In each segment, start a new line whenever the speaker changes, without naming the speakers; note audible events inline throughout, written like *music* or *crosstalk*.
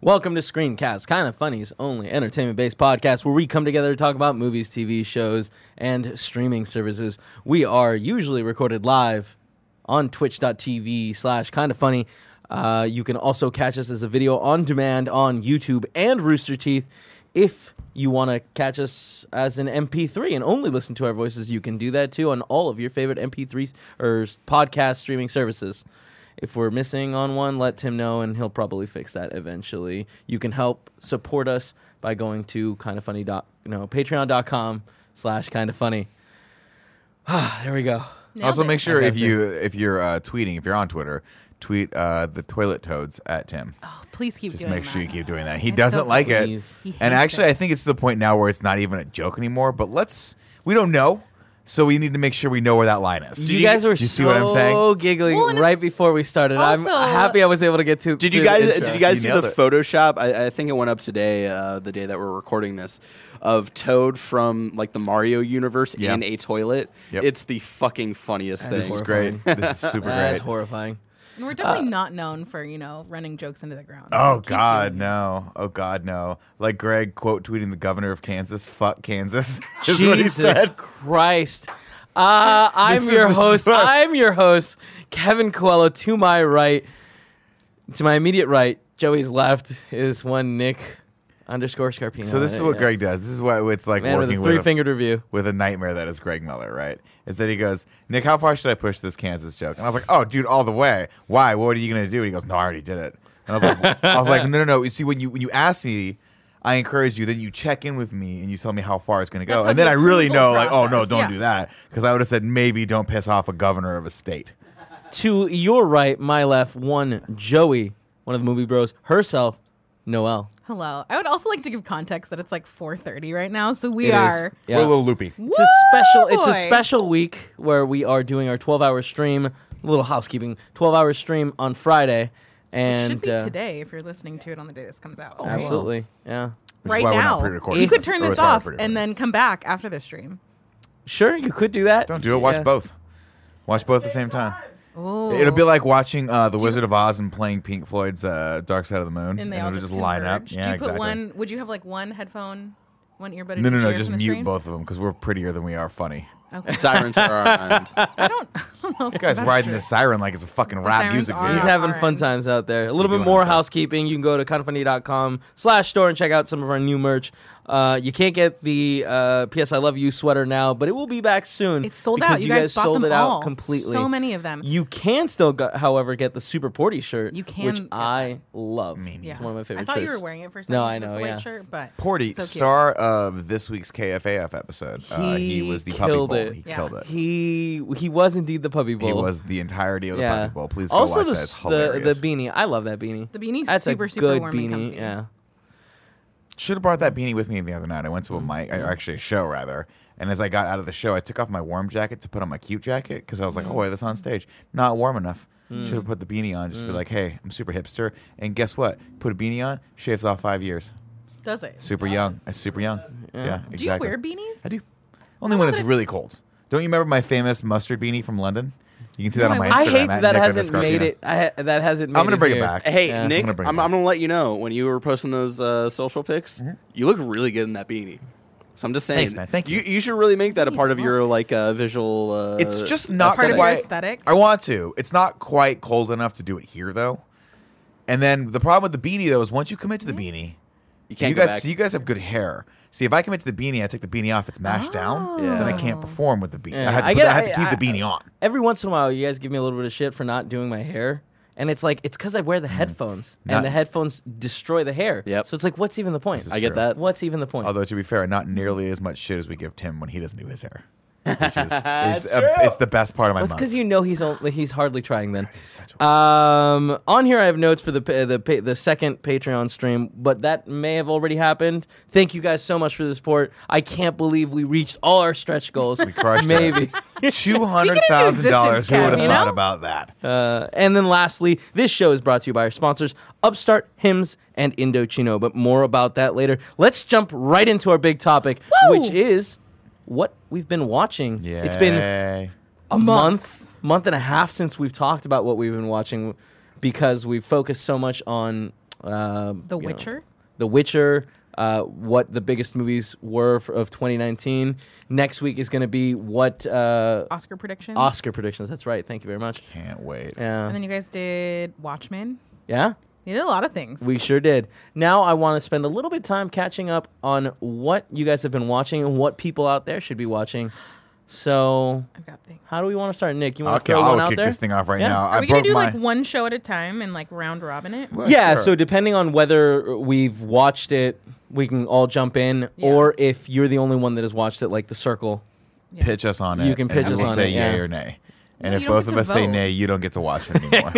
Welcome to Screencast, kind of funny's only entertainment based podcast where we come together to talk about movies, TV shows, and streaming services. We are usually recorded live on twitch.tv slash kind of funny. Uh, you can also catch us as a video on demand on YouTube and Rooster Teeth. If you want to catch us as an MP3 and only listen to our voices, you can do that too on all of your favorite MP3s or s- podcast streaming services. If we're missing on one, let Tim know and he'll probably fix that eventually. You can help support us by going to kind of funny dot no patreon.com slash kind of funny. *sighs* there we go.
Nailed
also,
it.
make sure if
Okay.
you if you're uh, tweeting, if you're on Twitter, tweet uh, the toilet toads at Tim.
Oh, please keep
Just
doing
make sure you
that.
keep doing that. He
It's
doesn't
so
like it.
Please.
He
And
hates
actually,
it.
I think it's to the point now where it's not even a joke anymore. But let's we don't know, so we need to make sure we know where that line is.
You guys were
you see
so
what I'm saying?
giggling
Well, and
right before we started. I'm
Also-
happy I was able to get to.
Did
through
you
the
guys? uh,
intro.
Did you guys
You
do the
nailed it.
Photoshop? I, I think it went up today, uh, the day that we're recording this, of Toad from like the Mario universe
Yeah.
in a toilet.
Yep.
It's the fucking funniest
That
thing.
this is
Horrifying. *laughs*
great. This is super
That's
great.
horrifying.
And we're definitely not known for you know running jokes into the ground.
Uh, Oh
Keep
God,
doing
no! Oh God, no! Like Greg quote tweeting the governor of Kansas, "Fuck Kansas," *laughs* is what he said.
Christ. Uh, I'm
*laughs* This is-
your
this is
host.
what-
I'm your host, Kevin Coelho. To my right, to my immediate right, Joey's left is one Nick underscore Scarpino.
So this is
There
what
you go.
Greg does. This is what it's like
man with
working
a
with
three
a
fingered review.
with a nightmare that is Greg Miller, right? Is that he goes, Nick, how far should I push this Kansas joke? And I was like, oh, dude, all the way. Why? What are you gonna do? And he goes, no, I already did it. And I was like, *laughs* I was like, no, no, no. You see, when you when you ask me, I encourage you. Then you check in with me and you tell me how far it's gonna go.
That's
and
like
then I
the
really
approval
know, like, oh no,
process,
don't
yeah.
do that, because I would have said maybe don't piss off a governor of a state.
To your right, my left, one Joey, one of the movie bros herself, Noelle.
Hello. I would also like to give context that it's like 4:30 right now, so we
It is-
are.
yeah.
We're a little loopy.
It's a special.
Woo,
It's a
boy.
special week where we are doing our 12-hour stream. A little housekeeping. 12-hour stream on Friday, and
Should be
uh,
today if you're listening to it on the day this comes out. right?
Absolutely, yeah.
Which is
Right
why we're not
now,
pre-recording
you could
this.
turn
Or
this
sorry,
off
pre-recording
and then
this.
come back after the stream.
Sure, you could do that.
don't do it. Watch
Yeah.
both. Watch both at the same time.
Ooh.
It'll be like watching uh, The Wizard of Oz and playing Pink Floyd's uh, Dark Side of the Moon.
and they
it'll
all just,
just line up.
converge.
Yeah,
Do you
exactly.
put one? Would you have like one headphone, one earbud? in
no, no,
each
no.
ear
Just
from the
mute
stream?
both of them because we're prettier than we
*laughs*
are funny.
*laughs* Sirens are our end.
*laughs*
I don't. I don't know.
This guy's riding the siren like it's a fucking rap
sirens
music
are
video.
He's
Yeah.
having fun
Alright.
times out there. A little bit
doing
more
okay.
housekeeping. You can go to kindoffunny.com slash store and check out some of our new merch. Uh, you can't get the uh, PS I Love You sweater now, but it will be back soon.
It's sold
because
out. You, guys, bought
sold
them
it
all.
out completely.
So many of them.
You can still, go, however, get the Super Porty shirt,
You can
which
get that.
I love. It's one of my favorite
I thought you
shirts.
were wearing it for a second.
No, I
'cause It's
know,
a white
yeah.
shirt, but
Porty,
so cute.
star of this week's KFAF episode. uh, he
He
was the puppy
killed
bowl.
it.
He
Yeah.
killed it.
He he was indeed the puppy bowl.
He was the entirety of the
yeah.
puppy bowl. Please go
also
watch
the,
that. It's
s- the
hilarious.
the beanie. I love that beanie.
The beanie's
That's
super,
a
super
good
warm
beanie.
and comfy.
Yeah.
Should have brought that beanie with me the other night. I went to a
Mm-hmm.
mic, or actually a show rather. And as I got out of the show, I took off my warm jacket to put on my cute jacket because I was
Mm.
like, "Oh, wait, that's on stage. Not warm enough. Should have put the beanie on. Just
Mm.
be like, hey, I'm super hipster. And guess what? Put a beanie on. Shaves off five years.
Does it?
Super young. I super young. Yeah, exactly.
Do you wear beanies?
I do. Only when it's really cold. Don't you remember my famous mustard beanie from London? You can see that
No,
on my
I won't.
Instagram.
I
at
hate that, that
Nick
hasn't
underscore
made
Pino.
it. I ha- that hasn't. Made
I'm gonna
it
bring it
here.
back.
Hey,
Yeah.
Nick,
I'm gonna
I'm,
bring
I'm
it up.
gonna let you know when you were posting those uh, social pics, you look really good in that beanie. So I'm just saying,
Thanks, man. Thank you.
You, should really make that a part of
You're
your like uh, visual. Uh,
It's just not
Part of
quite.
your aesthetic?
I want to. It's not quite cold enough to do it here though. And then the problem with the beanie though is once you commit to the beanie,
you can't
you
go
guys
back.
so you guys have good hair. See, if I commit to the beanie, I take the beanie off. It's mashed down.
Yeah.
Then I can't perform with the beanie.
Yeah.
I, have
I
to put-
get-
I have to
I-
keep
I-
the beanie on.
Every once in a while, you guys give me a little bit of shit for not doing my hair, and it's like it's because I wear the headphones,
Mm-hmm. Not-
and the headphones destroy the hair.
Yep.
So it's like, what's even the point? Uh,
This is
I get
true.
that.
What's even the point?
Although to be fair, not nearly as much shit as we give Tim when he doesn't do his hair. Which is, it's, a, it's the best part of my
That's
month.
because you know he's only, he's hardly trying. Then,
such
um, on here I have notes for the pa- the pa- the second Patreon stream, but that may have already happened. Thank you guys so much for the support. I can't believe we reached all our stretch goals. we
crushed
*laughs*
it.
Maybe.
Two hundred thousand dollars. Who
Kev,
would have
you
thought
know?
about that?
Uh, and then lastly, this show is brought to you by our sponsors, Upstart, Hims, and Indochino. But more about that later. Let's jump right into our big topic,
Woo!
which is what we've been watching.
yeah,
It's been a
Months.
month, month and a half since we've talked about what we've been watching because we've focused so much on um,
The
you know,
Witcher?
The Witcher. Uh, what the biggest movies were f of 2019. Next week is going to be what uh,
Oscar predictions.
Oscar predictions. That's right. Thank you very much.
Can't wait.
And
Yeah.
then you guys did Watchmen.
Yeah.
You did a lot of things.
We sure did. Now I want to spend a little bit of time catching up on what you guys have been watching and what people out there should be watching. So,
I've got things.
how do we want to start, Nick? You want to
Okay,
throw one
I'll
out
kick
there?
this thing off right
Yeah.
now.
Are
I
we gonna
broke
do
my-
like one show at a time and like round robin it?
Well,
yeah.
sure.
So depending on whether we've watched it, we can all jump in,
Yeah.
or if you're the only one that has watched it, like the circle.
Yeah.
pitch us on it.
You can pitch
and
us
we'll
on
say
it,
yay
yeah.
or nay. And
No,
if
you don't
both
get
of
to
us say
vote.
nay, you don't get
*laughs*
to watch it anymore.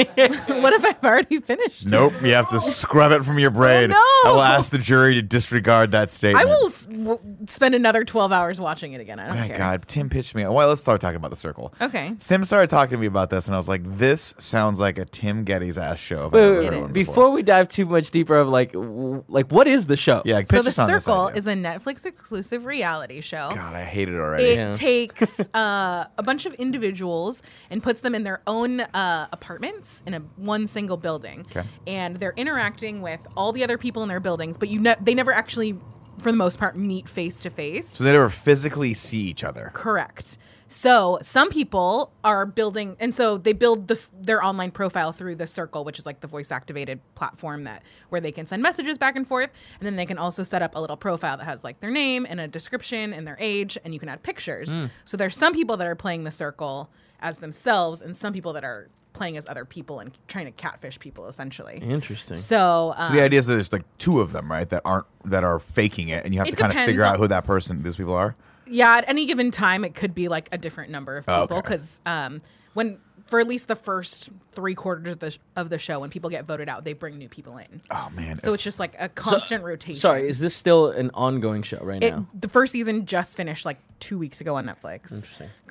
*laughs* what if I've already finished?
nope, you have to scrub it from your brain.
Oh, no.
I will ask the jury to disregard that statement.
I will s- w- spend another twelve hours watching it again. I don't
My
care.
God, Tim pitched me. Well, let's start talking about the circle.
Okay.
Tim started talking to me about this, and I was like, "This sounds like a Tim Getty's ass show." if I've
Wait,
ever
wait,
heard
wait.
one
Before we dive too much deeper, of like, w- like what is the show?
yeah, pitch
So the
us on this
Circle
idea.
is a Netflix exclusive reality show.
God, I hate it already.
It
Yeah.
*laughs*
takes uh, a bunch of individuals and puts them in their own uh, apartments in a one single building,
Okay.
and they're interacting with all the other people in their buildings. But you know, they never actually, for the most part, meet face to face.
so they never physically see each other.
Correct. So some people are building, and so they build this, their online profile through the Circle, which is like the voice-activated platform that where they can send messages back and forth, and then they can also set up a little profile that has like their name and a description and their age, and you can add pictures.
Hmm.
So there's some people that are playing the Circle as themselves, and some people that are playing as other people and trying to catfish people essentially.
Interesting.
So, um,
So the idea is that there's like two of them, right? That aren't that are faking it, and you have
It
to kind of
depends
figure out
on-
who that person, these people are.
Yeah, at any given time, it could be like a different number of
Oh,
people
okay.
because um, when for at least the first three quarters of the, sh- of the show, when people get voted out, they bring new people in.
Oh man,
so it's just like a constant rotation.
Sorry, is this still an ongoing show right
It,
now?
the first season just finished like two weeks ago on Netflix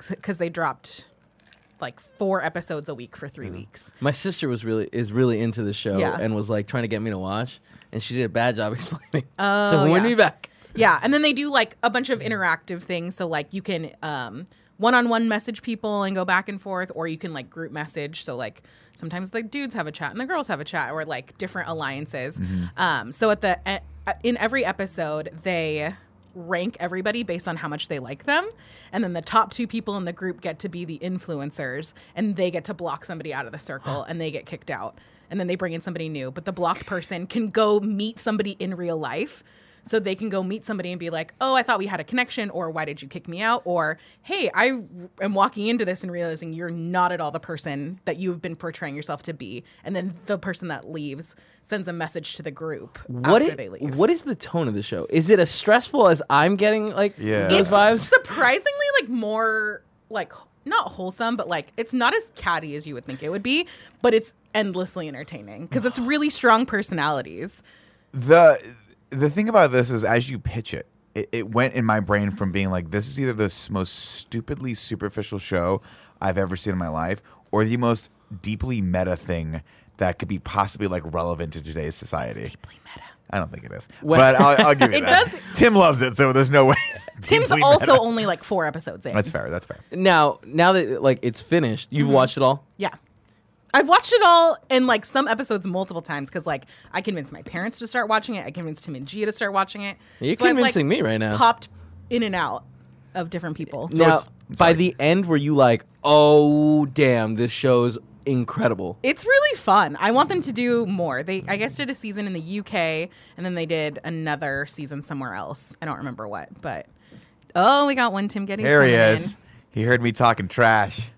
because they dropped like four episodes a week for three weeks.
My sister was really is really into the show
Yeah.
and was like trying to get me to watch, and she did a bad job *laughs* explaining. Oh, so when we be
yeah.
back.
Yeah, and then they do like a bunch of interactive things. So like you can um one-on-one message people and go back and forth, or you can like group message. So like sometimes the dudes have a chat and the girls have a chat, or like different alliances. Um, so at the e- in every episode they rank everybody based on how much they like them and then the top two people in the group get to be the influencers and they get to block somebody out of the circle and they get kicked out and then they bring in somebody new but the blocked person can go meet somebody in real life so they can go meet somebody and be like, "Oh, I thought we had a connection," or "Why did you kick me out?" or "Hey, I r- am walking into this and realizing you're not at all the person that you've been portraying yourself to be." And then the person that leaves sends a message to the group
What
after
i-
they leave.
what is the tone of the show? Is it as stressful as I'm getting like
Yeah.
those
It's-
vibes?
Surprisingly, like more like not wholesome, but like it's not as catty as you would think it would be, but it's endlessly entertaining
*sighs*
because it's really strong personalities.
the the thing about this is as you pitch it, it, it went in my brain from being like this is either the s- most stupidly superficial show I've ever seen in my life, or the most deeply meta thing that could be possibly like relevant to today's society.
Deeply meta.
I don't think it is,
Well-
but I'll,
*laughs*
I'll give you
It
that.
does-
Tim loves it, so there's no way. *laughs* it's
Tim's
deeply
also
meta.
only like four episodes in.
That's fair. That's fair.
Now, now that like it's finished,
Mm-hmm.
you've watched it all.
Yeah. I've watched it all and like some episodes multiple times because like I convinced my parents to start watching it. I convinced Tim and Gia to start watching it.
You're
I've,
convincing me right now.
Popped in and out of different people.
now,
it's-
by the end, were you like, "Oh, damn, this show's incredible"?
It's really fun. I want them to do more. They I guess did a season in the UK and then they did another season somewhere else. I don't remember what, but oh, we got one Tim getting
Here he is. He heard me talking trash.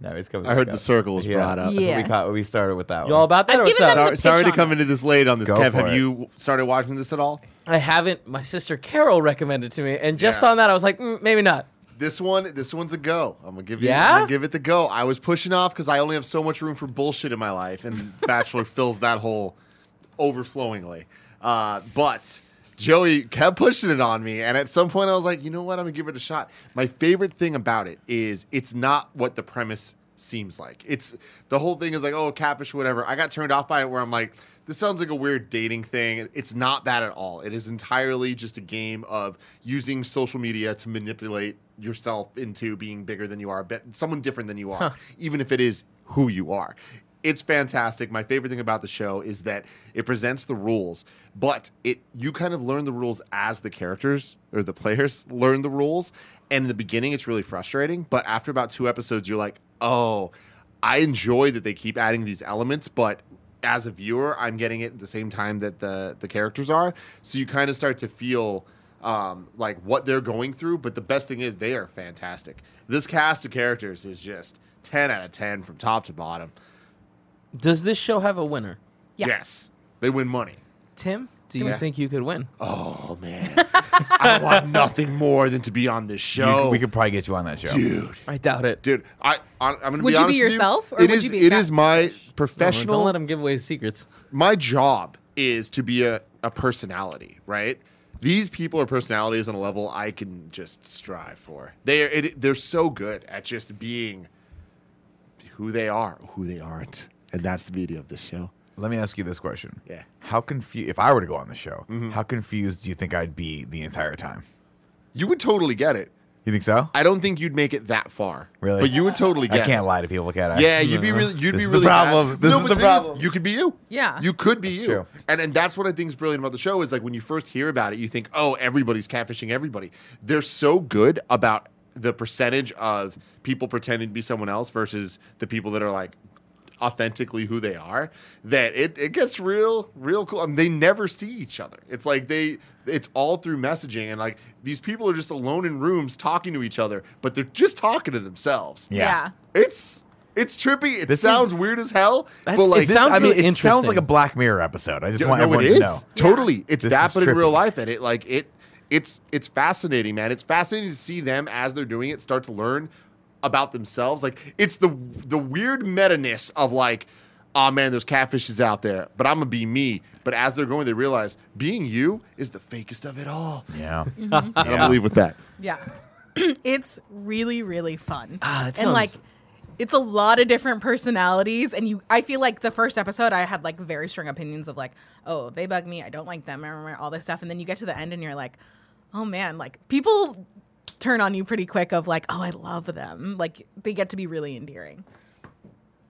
No, he's coming.
I heard
back up.
the circle was
Yeah,
brought up.
that's what
Yeah.
we, caught, we started with that.
You
one.
all about that?
I've
or what's
given
up?
them-
Sorry,
the
sorry
pitch
to
on it.
come into this late on this,
Go
Kev.
for
Have
it.
you started watching this at all?
I haven't. My sister Carol recommended to me, and just
Yeah.
on that, I was like, mm, maybe not.
This one, this one's a go. I'm gonna give you,
Yeah?
I'm gonna give it the go. I was pushing off because I only have so much room for bullshit in my life, and Bachelor *laughs* fills that hole overflowingly. Uh, but Joey kept pushing it on me, and at some point I was like, you know what? I'm gonna give it a shot. My favorite thing about it is it's not what the premise seems like. It's the whole thing is like, oh, catfish, whatever. I got turned off by it where I'm like, this sounds like a weird dating thing. It's not that at all. It is entirely just a game of using social media to manipulate yourself into being bigger than you are, but someone different than you are, even if it is who you are It's fantastic. My favorite thing about the show is that it presents the rules, but it you kind of learn the rules as the characters or the players *laughs* learn the rules. And in the beginning, it's really frustrating, but after about two episodes, you're like, oh, I enjoy that they keep adding these elements, but as a viewer, I'm getting it at the same time that the the characters are. So you kind of start to feel um, like what they're going through. But the best thing is they are fantastic. This cast of characters is just ten out of ten from top to bottom.
Does this show have a winner?
Yeah.
Yes, they win money.
Tim, do you
Yeah.
think you could win?
Oh man, I want nothing more than to be on this
You could-
show,
we could probably get you on that show.
dude.
I doubt it.
Dude, I, I I'm
Would
gonna be
you be
honest with
yourself, or
It
would
is-
you be
it
that-
is my
No,
professional.
Don't let him give away his secrets.
my job is to be a, a personality, right? These people are personalities on a level I can just strive for. They are, it, they're so good at just being who they are, who they aren't, and that's the beauty of this show.
Let me ask you this question.
Yeah. Mm-hmm.
How confused, if I were to go on the show, how confused do you think I'd be the entire time?
You would totally get it.
You think so?
I don't think you'd make it that far,
Really?
but you would totally get.
I
it.
can't lie to people, can I?
Yeah, you'd be really,
Uh-huh. This
you'd be
is the
really
problem.
Bad.
This is
but
the
thing
problem.
you could be you.
Yeah.
you could be you.
true.
And and that's what I think is brilliant about the show is like when you first hear about it, you think, oh, everybody's catfishing everybody. They're so good about the percentage of people pretending to be someone else versus the people that are like authentically who they are that it, it gets real real cool I mean, they never see each other it's like they it's all through messaging and like these people are just alone in rooms talking to each other but they're just talking to themselves
Yeah.
it's it's trippy. It
This is-
sounds weird as hell,
That's-
but like
it sounds
I mean,
really
it sounds
interesting.
like a Black Mirror episode. I just
Yeah,
want
no,
everyone
it
to
is
know.
totally. It's
This
that,
is
but in real
trippy.
life, and it like it it's it's fascinating, man. It's fascinating to see them as they're doing it start to learn about themselves. Like it's the the weird meta ness of like. Oh man, there's catfishes out there, but I'm gonna be me. But as they're going, they realize being you is the fakest of it all.
Yeah.
Mm-hmm.
And I'm gonna leave with that.
Yeah. *clears throat* it's really, really fun.
Ah, it
and like
sounds-
it's a lot of different personalities and you I feel like the first episode I had like very strong opinions of like, oh, they bug me, I don't like them, all this stuff. And then you get to the end and you're like, oh man, like people turn on you pretty quick of like, oh I love them. Like they get to be really endearing.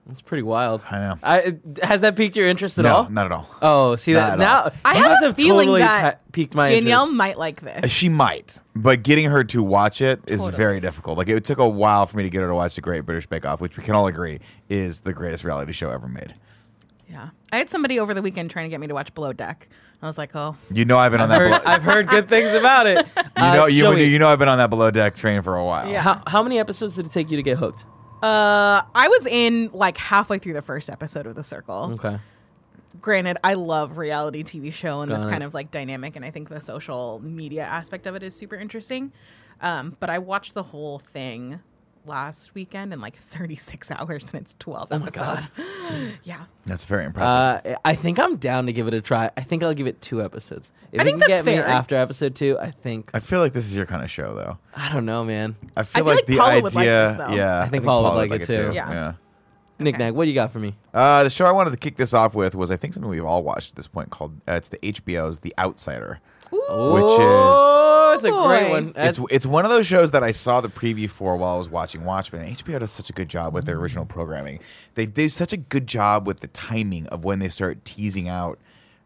That's pretty wild.
I know.
I, has that piqued your interest at
no,
all?
not at all.
Oh, see that
Not at all.
now
I
you
have a
have
feeling
totally
that
pa- piqued my
Danielle
interest.
might like this.
Uh, She might, but getting her to watch it is
Totally.
very difficult. Like it took a while for me to get her to watch the Great British Bake Off, which we can all agree is the greatest reality show ever made.
Yeah. I had somebody over the weekend trying to get me to watch Below Deck. I was like, oh,
You know I've been on
I've
that.
heard,
below,
I've heard good things about it.
*laughs* you know
Uh,
you,
Joey,
you know I've been on that below deck train for a while.
Yeah.
How, how many episodes did it take you to get hooked?
Uh, I was in like halfway through the first episode of The Circle.
Okay.
Granted, I love reality TV show and this
Got it.
kind of like dynamic, and I think the social media aspect of it is super interesting. Um, but I watched the whole thing last weekend in like *laughs* 36 hours, and it's 12
Oh
my
episodes. *laughs* yeah,
That's very impressive.
Uh, I think I'm down to give it a try. I think I'll give it two episodes. If
I
it
think
can
that's
get me
fair.
after episode two, I think
I feel like this is your kind of show, though.
I don't know, man.
I feel,
feel like
the
Paula
idea.
would like this, though.
yeah,
I think Paula would like it, too.
Yeah.
Nick Nag, what do you got for me?
Uh, the show I wanted to kick this off with was I think something we've all watched at this point called uh, it's the HBO's The Outsider. Which is-
oh, it's a great
boy.
one.
It's it's one of those shows that I saw the preview for while I was watching Watchmen. HBO does such a good job with their original programming. They do such a good job with the timing of when they start teasing out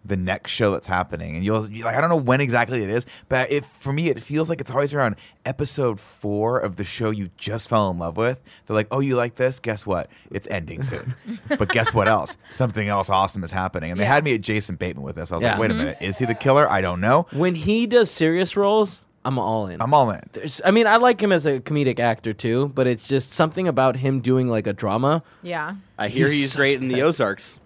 the next show that's happening. And you'll you like I don't know when exactly it is, but it for me it feels like it's always around episode 4 of the show you just fell in love with. They're like, "Oh, you like this? Guess what? It's ending soon." but guess what else? Something else awesome is happening. And they
Yeah.
had me at Jason Bateman with this. I was
Yeah.
like, "Wait a minute. Is he the killer? I don't know."
when he does serious roles, I'm all in.
I'm all in.
There's- I mean, I like him as a comedic actor too, but it's just something about him doing like a drama.
yeah.
I hear
He's
he's,
such
great in the Ozarks.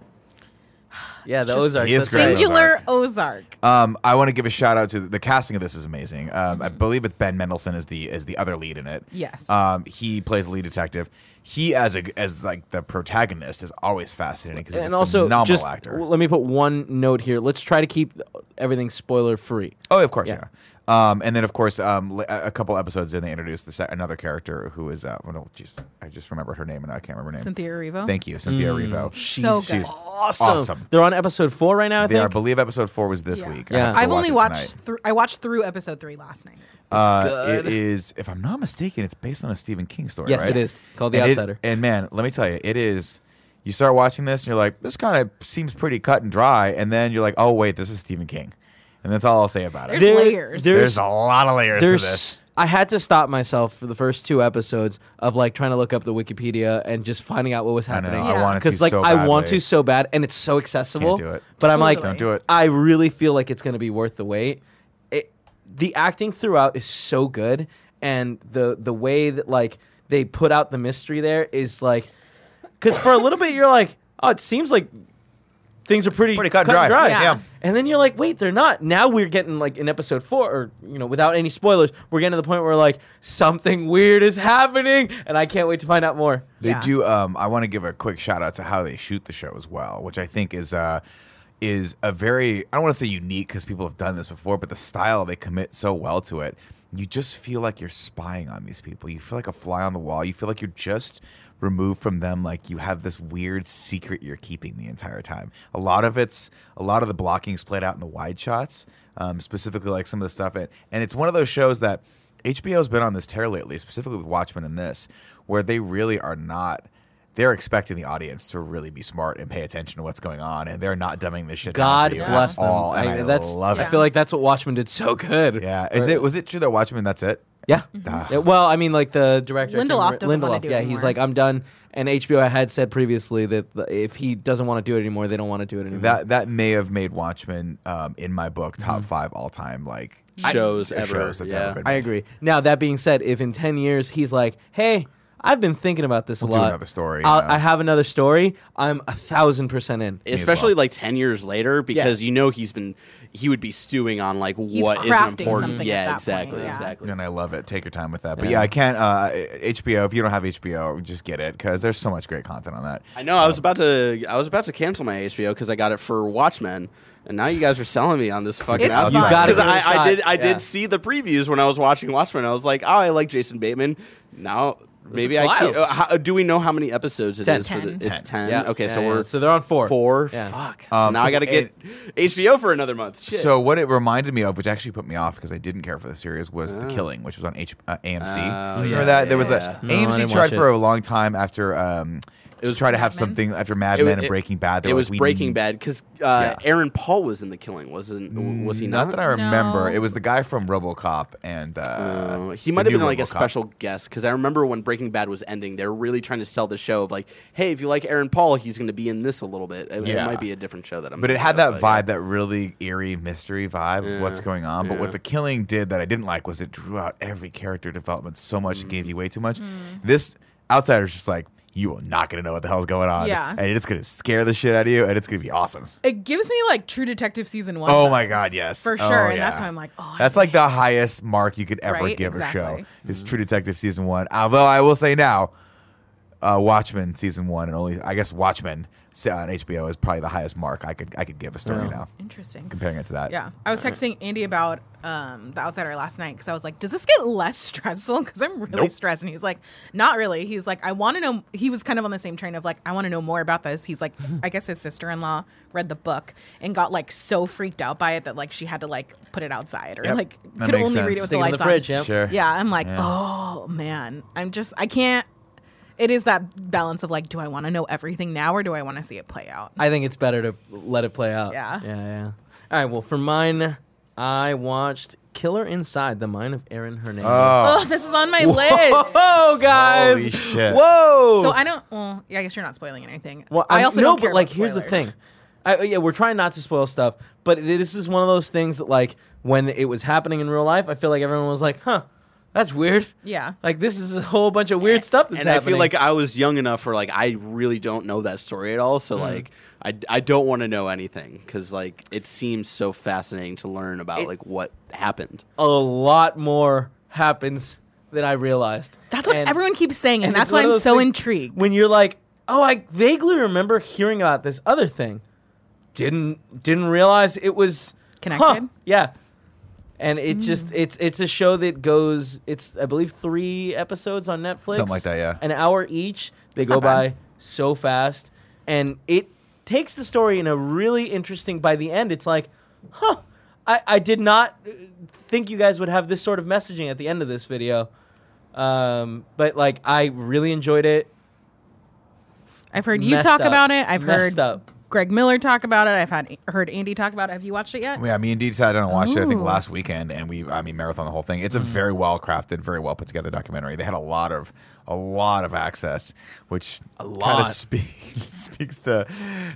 Yeah, the
Just-
Ozarks.
He is
that's
great.
right.
Singular-
Singular Ozark.
Um, I want to give a shout out to the, the casting of this is amazing. Um, I believe it's Ben Mendelsohn is the is the other lead in it.
Mm-hmm. Yes.
Um, he plays the lead detective. He as a as like the protagonist is always fascinating because he's
and
a
also,
phenomenal
just
actor.
let me put one note here. Let's try to keep everything spoiler free.
Oh, of course,
Yeah.
yeah. Um, and then, of course, um, li- a a couple episodes in, they introduced this, another character who is, uh, well, geez, I just remembered her name and I can't remember her name.
Cynthia Erivo.
Thank you, Cynthia Erivo. She's,
So good.
she's
Awesome.
awesome.
They're on episode four right now. I
They are, I
think.
believe episode four was this
Yeah.
week.
Yeah.
have to go
I've only
watch it tonight.
watched through. I watched through episode three last night.
Uh,
good.
it is, if I'm not mistaken, it's based on a Stephen King story.
yes,
right?
it is called The
and it-
Outsider.
and man, let me tell you, it is. you start watching this and you're like, this kind of seems pretty cut and dry, and then you're like, oh wait, this is Stephen King, and that's all I'll say about it.
There's layers.
There's, a lot of layers to this.
I had to stop myself for the first two episodes of like trying to look up the Wikipedia and just finding out what was
know,
happening.
I
Yeah.
wanted to
like
so
I want
badly.
to so bad, and it's so accessible.
do it.
But I'm like,
Totally.
Don't do it.
I really feel like it's going to be worth the wait. It, the acting throughout is so good, and the the way that like they put out the mystery there is like, because for a little bit you're like, oh, it seems like things are pretty
Pretty cut and dry.
Yeah.
yeah.
and then you're like, wait, they're not. Now we're getting like in episode four, or you know, without any spoilers, we're getting to the point where like something weird is happening, and I can't wait to find out more.
They
Yeah.
do. Um, I want to give a quick shout out to how they shoot the show as well, which I think is uh, is a very I don't want to say unique because people have done this before, but the style they commit so well to it. You just feel like you're spying on these people. You feel like a fly on the wall. You feel like you're just removed from them. Like you have this weird secret you're keeping the entire time. A lot of it's a lot of the blocking's played out in the wide shots, um, specifically like some of the stuff. And, and it's one of those shows that HBO's been on this tear lately, specifically with Watchmen and this, where they really are not. They're expecting the audience to really be smart and pay attention to what's going on, and they're not dumbing this shit
God
down. for you at
bless them.
all, Oh, and I,
that's
love
I
it.
feel like that's what Watchmen did so good.
yeah, is it was it true that Watchmen? That's it.
Yeah.
Ah.
Yeah, Well, I mean, like the director I can't
Lindelof
remember-
doesn't wanna
Lindelof,
do it
yeah,
anymore.
he's like, I'm done. And HBO had said previously that the- if he doesn't want to do it anymore, they don't want to do it anymore.
That that may have made Watchmen um, in my book top five all time like
Shows
I-
ever,
shows that's
yeah.
ever been.
I
made.
agree. Now that being said, if in ten years he's like, "Hey, I've been thinking about this a
do
lot.
another story,
I'll-
yeah.
I have another story. I'm a thousand percent in."
as
especially
well.
like 10 years later because you know he's been he would be stewing on like
He's
what is
crafting
important
something at
yeah
that point,
exactly
yeah.
exactly
And I love it. Take your time with that. But yeah, I can't. Uh, HBO, if you don't have HBO, just get it because there's so much great content on that.
i know i was about to i was about to cancel my hbo because i got it for watchmen and now you guys are selling me on this fucking
It's
outside.
fine. You
gotta
'Cause
give it a
I, I
shot.
did I
Yeah.
did see the previews when I was watching Watchmen. I was like, oh, I like Jason Bateman. Now maybe I
looks
can,
wild.
uh, how, do we know how many episodes it is
Ten.
for the
Ten.
it's ten.
Yeah.
Okay,
Yeah,
so
yeah,
we're
yeah. so they're on four.
four.
Yeah.
Fuck.
Um,
so now I got to get HBO for another month. Shit.
So what it reminded me of, which actually put me off because I didn't care for the series, was The Killing, which was on H- uh, AMC.
Oh,
Remember
yeah,
that
yeah,
there was
yeah.
a
No, I
AMC
didn't
tried
watch
for
it.
a long time after um, it was to try to have
Mad Men?
something after Mad
It was-
Men and
it-
Breaking Bad. They
It
were
was
like, we
Breaking
need-
Bad because uh,
Yeah.
Aaron Paul was in The Killing, wasn't? Was he not?
Not that I remember.
No.
It was the guy from RoboCop, and uh,
Uh, he
the
might have
new
been like a
RoboCop.
special guest because I remember when Breaking Bad was ending, they were really trying to sell the show of like, hey, if you like Aaron Paul, he's going to be in this a little bit. It, it
Yeah.
might be a different show that I'm.
But it had
thinking
that vibe,
of, but Oh, yeah.
that really eerie mystery vibe of what's
Yeah.
going on. But
Yeah.
what the killing did that I didn't like was it drew out every character development so much and
Mm.
gave you way too much.
Mm.
This outsider's just like, you are not gonna know what the hell's going on.
Yeah.
And it's gonna scare the shit out of you and it's gonna be awesome.
It gives me like True Detective season one.
Oh
vibes,
my god, yes.
for
Oh,
sure. And
yeah.
that's why I'm like, oh, I
That's like the highest mark you could ever
Right?
give a show.
Exactly.
It's
Mm.
True Detective season one. Although I will say now, uh, Watchmen season one and only I guess Watchmen se- on HBO is probably the highest mark I could I could give a story
Yeah.
now.
interesting.
Comparing it to that.
Yeah, I was texting Andy about um, the Outsider last night because I was like, "Does this get less *laughs* stressful?" Because I'm really
Nope.
stressed, and he was like, "Not really." He's like, "I want to know." He was kind of on the same train of like, "I want to know more about this."
*laughs*
He's like, "I guess his sister-in-law read the book and got like so freaked out by it that like she had to like put it outside or
Yep.
like
That
could
makes
only read
sense.
it
Thing
with the
in
lights
the fridge.
on."
Yeah.
Sure.
Yeah, I'm like, oh man, I'm just, I can't. It is that balance of like, do I want to know everything now or do I want to see it play out?
I think it's better to let it play out.
Yeah.
Yeah, yeah. All right. Well, for mine, I watched Killer Inside the Mind of Aaron Hernandez.
Oh,
Oh, this is on my
*laughs*
list.
Whoa, guys!
Holy shit.
Whoa!
So I don't. Well, yeah, I guess you're not spoiling anything.
Well,
I
I'm-
also
no,
don't care.
but like,
about
here's the
spoilers.
thing. I, uh, yeah, we're trying not to spoil stuff, but this is one of those things that, like, when it was happening in real life, I feel like everyone was like, "Huh, that's weird."
Yeah.
like this is a whole bunch of weird stuff that's
and
happening.
I feel like I was young enough where like I really don't know that story at all.
Mm.
So like I, I don't want to know anything because like it seems so fascinating to learn about like what happened.
a lot more happens than I realized.
That's what
And-
everyone keeps saying, and, that's
it's one
why
of
I'm
those
so
things
intrigued.
When you're like, "Oh, I vaguely remember hearing about this other thing," didn't didn't realize it was huh,
Connected?
yeah, and it
Mm.
just it's it's a show that goes. It's I believe three episodes on Netflix,
Something like that, yeah.
an hour each. They
It's
go
not bad.
by so fast, and it takes the story in a really interesting. By the end, it's like, huh. I, I did not uh, think you guys would have this sort of messaging at the end of this video. Um, but like I really enjoyed it.
I've heard you
Messed
talk
up.
about it. I've
Messed
heard
up.
Greg Miller talk about it. I've had heard Andy talk about it. Have you watched it yet?
Yeah, me and Dee decided on to watch it. I think
Ooh.
last weekend, and we, I mean, marathon the whole thing.
Mm.
It's a very well crafted, very well put together documentary. They had a lot of, a lot of access, which kind
lot.
of speaks *laughs* speaks to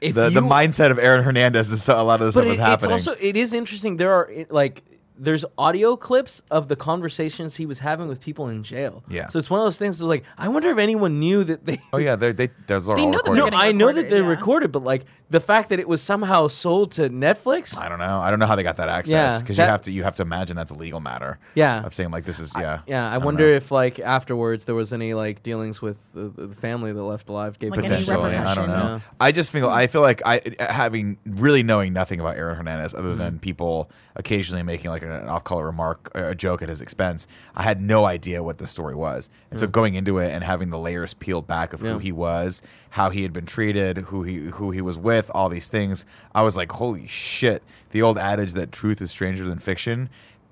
If
the,
you-
the mindset of Aaron Hernandez. Is a lot of this
but
stuff was
it-
happening.
it's also it is interesting. There are it- like there's audio clips of the conversations he was having with people in jail.
Yeah.
So it's one of those things. Where, like I wonder if anyone knew that
*laughs*
they.
oh yeah, they they those are
They
all
know that
recorded.
they're
No,
getting
I know that
recorded,
they
yeah.
recorded, but like the fact that it was somehow sold to Netflix.
I don't know. I don't know how they got that access
Yeah,
because
that-
you have to you have to imagine that's a legal matter.
Yeah.
of saying like this is yeah
Yeah, I,
don't
wonder
know.
if like afterwards there was any like dealings with the, the family that left alive. Gave
Like, any
permission.
potentially. I don't
repercussion.
know.
uh,
I just feel I feel like I having really knowing nothing about Aaron Hernandez other than people occasionally making like an off-color remark, or a joke at his expense. I had no idea what the story was, and so going into it and having the layers peeled back of
Yeah.
who he was, how he had been treated, who he who he was with, all these things. I was like, holy shit! The old adage that truth is stranger than fiction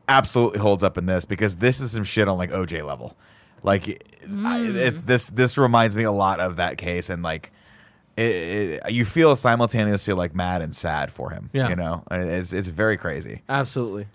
absolutely holds up in this because this is some shit on like OJ level. Like I, it, this this reminds me a lot of that case and like it, it, you feel simultaneously like mad and sad for him.
Yeah.
You know, And it's it's very crazy.
Absolutely.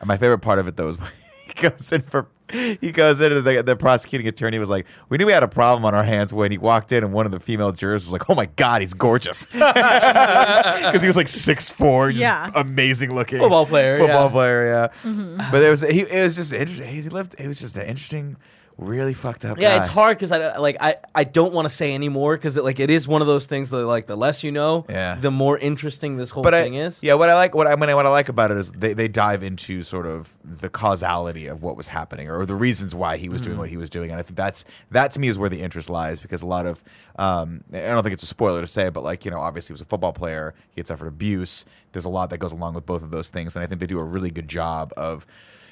And my favorite part of it though is *laughs* when he goes in for he goes in and the, the prosecuting attorney was like, "We knew we had a problem on our hands when he walked in and one of the female jurors was like, "Oh my god, he's gorgeous," *laughs* because he was like six four, just
Yeah.
amazing looking
Football player,
football
yeah.
player, yeah. But it was he it was just interesting. He lived. It was just an interesting, really fucked up.
Yeah,
guy.
it's hard because I like I, I don't want to say anymore because it, like it is one of those things that like the less you know,
Yeah.
the more interesting this whole
but
thing
I,
is.
Yeah, what I like, what I mean, what I like about it is they, they dive into sort of the causality of what was happening or the reasons why he was doing
Mm.
what he was doing, and I think that's that to me is where the interest lies because a lot of um, I don't think it's a spoiler to say, but like you know, obviously he was a football player, he had suffered abuse. There's a lot that goes along with both of those things, and I think they do a really good job of.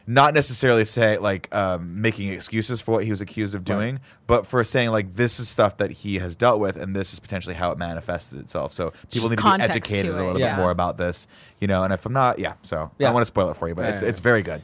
Not necessarily say like um, making excuses for what he was accused of doing, but for saying like this is stuff that he has dealt with, and this is potentially how it manifested itself. So people
Just
need to be
context to
educated a
it,
little bit
yeah.
more about this, you know. And if I'm not, yeah. So I
Yeah.
don't want to spoil it for you, but
Yeah,
it's
yeah,
it's very good,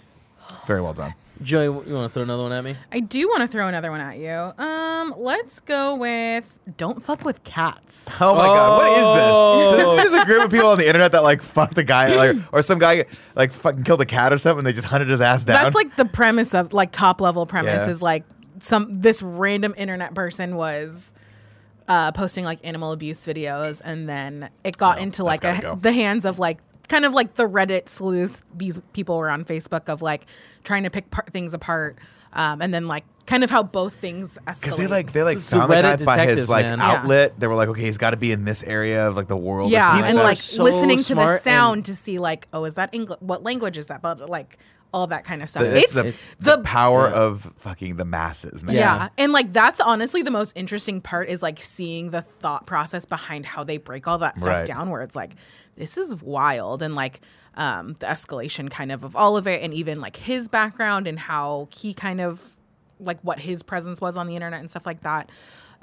very well done.
Joey, w- you want to throw another one at me?
I do want to throw another one at you. Um, let's go with "Don't fuck with cats."
*gasps* Oh my god, what is this?
Oh.
So This is a group of people on the internet that like fucked a guy, *laughs* like or some guy like fucking killed a cat or something. and They just hunted his ass down. *laughs*
That's like the premise of like top level premise
Yeah.
is like some this random internet person was uh, posting like animal abuse videos, and then it got into like a,
gotta go.
the hands of like kind of like the Reddit sleuths. These people were on Facebook of like trying to pick par- things apart, um, and then like kind of how both things
Because
escalate.
they like they like
It's the
found the guy
Reddit
by his
detectives,
like
man. Yeah.
outlet. They were like, okay, he's got to be in this area of like the world. or
yeah,
something
and
that.
like
So
listening to the
smart
sound
and-
to see like oh is that English? What language is that? But like all that kind of stuff.
The- it's, the, the,
the
power of fucking the masses, man.
Yeah.
Yeah.
And like that's honestly the most interesting part is like seeing the thought process behind how they break all that stuff
Right.
down where it's like this is wild and like um the escalation kind of of all of it and even like his background and how he kind of like what his presence was on the internet and stuff like that.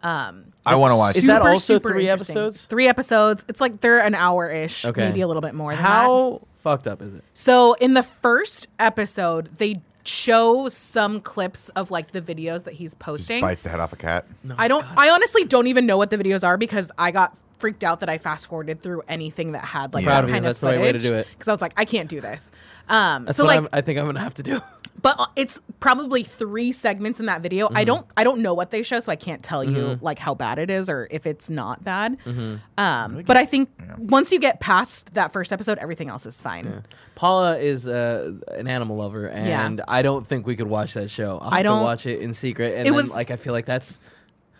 Um
I want to watch.
Is
it.
that also three
interesting.
episodes?
Three episodes. It's like they're an hour ish,
Okay.
maybe a little bit more than that.
How fucked up is it?
So in the first episode, they show some clips of like the videos that he's posting.
bites the head off a cat.
I don't. I honestly don't even know what the videos are because I got freaked out that I fast forwarded through anything that had like
Yeah. Proud
that
of you.
kind
That's the right way to do it.
Because I was like, I can't do this. Um,
That's
so
what
like,
I'm, I think I'm gonna have to do. *laughs*
but uh, it's probably three segments in that video.
Mm-hmm.
I don't. I don't know what they show, so I can't tell you like how bad it is or if it's not bad.
Mm-hmm.
Um, but I think once you get past that first episode, everything else is fine.
Paula is uh, an animal lover, and I don't think we could watch that show. I'll have
I don't-
to watch it in secret, and
It
then,
was-
like I feel like that's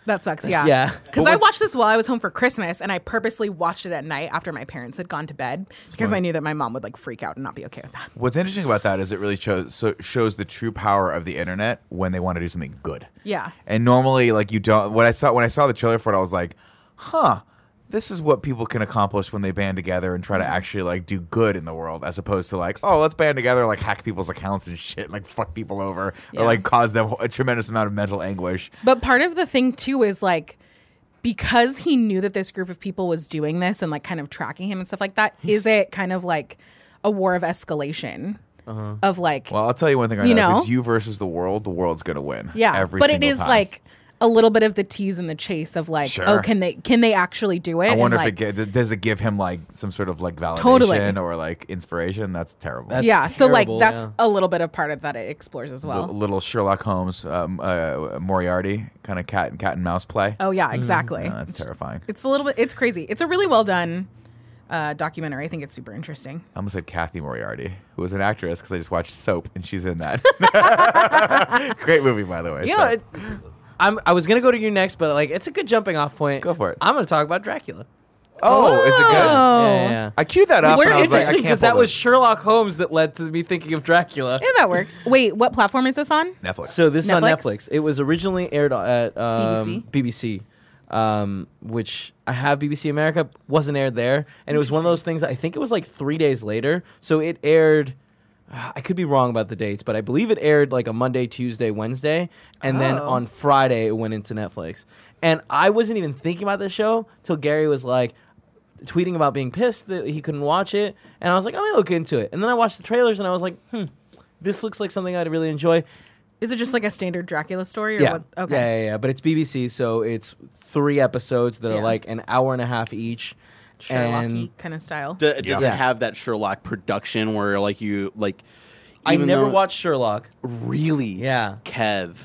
That sucks. Yeah. *laughs*
Yeah.
Because
But
I
what's-
watched this while I was home for Christmas, and I purposely watched it at night after my parents had gone to bed because I knew that my mom would like freak out and not be okay with that.
What's interesting about that is it really shows so shows the true power of the internet when they want to do something good.
Yeah.
And normally, like you don't. When I saw when I saw the trailer for it, I was like, "Huh, this is what people can accomplish when they band together and try to actually like do good in the world, as opposed to like, oh, let's band together and like hack people's accounts and shit, like fuck people over
Yeah.
or like cause them a tremendous amount of mental anguish."
But part of the thing too is like because he knew that this group of people was doing this and like kind of tracking him and stuff like that, is it kind of like a war of escalation of like
Uh-huh. Well, I'll tell you one thing. I
You
know, if
know?
it's you versus the world, the world's gonna win.
yeah,
every
but it
single
is
time.
like a little bit of the tease and the chase of like,
Sure.
oh, can they can they actually do it?
I
And,
wonder
like,
if it ge- does it give him like some sort of like validation
Totally.
or like inspiration. That's terrible.
That's
yeah. so like
terrible,
that's
yeah.
a little bit of part of that it explores as well.
L- little Sherlock Holmes, um, uh, Moriarty kind of cat and cat and mouse play.
oh yeah, exactly.
Mm, No, that's terrifying.
It's a little bit. It's crazy. It's a really well done uh, documentary. I think it's super interesting.
I almost said Kathy Moriarty, who was an actress because I just watched Soap and she's in that. Great movie, by the way.
You know,
Soap.
it, I'm, I was gonna go to you next, but like it's a good jumping off point.
Go for it.
I'm gonna talk about Dracula.
oh, is it good?
Oh.
Yeah, yeah, yeah.
I queued that up
We're
and I was like, I
Interesting,
can't.
'cause
pull
that was
this.
Sherlock Holmes that led to me thinking of Dracula.
Yeah, that works. Wait, what platform is this on?
Netflix.
So this is on
Netflix?
Netflix. It was originally aired at um, BBC, um, which I have BBC America wasn't aired there, and it was one of those things. that I think it was like three days later, so it aired. I could be wrong about the dates, but I believe it aired like a Monday, Tuesday, Wednesday, and then
Oh.
on Friday it went into Netflix. And I wasn't even thinking about this show till Gary was like, tweeting about being pissed that he couldn't watch it, and I was like, let me look into it. And then I watched the trailers, and I was like, hmm, this looks like something I'd really enjoy.
Is it just like a standard Dracula story? Or
Yeah.
What? Okay.
Yeah, yeah, yeah. But it's BBC, so it's three episodes that
Yeah.
are like an hour and a half each.
Sherlocky
And
kind of style.
D- Does
Yeah.
it have that Sherlock production where like you like?
I
even
never
though-
watched Sherlock.
Really?
Yeah.
Kev,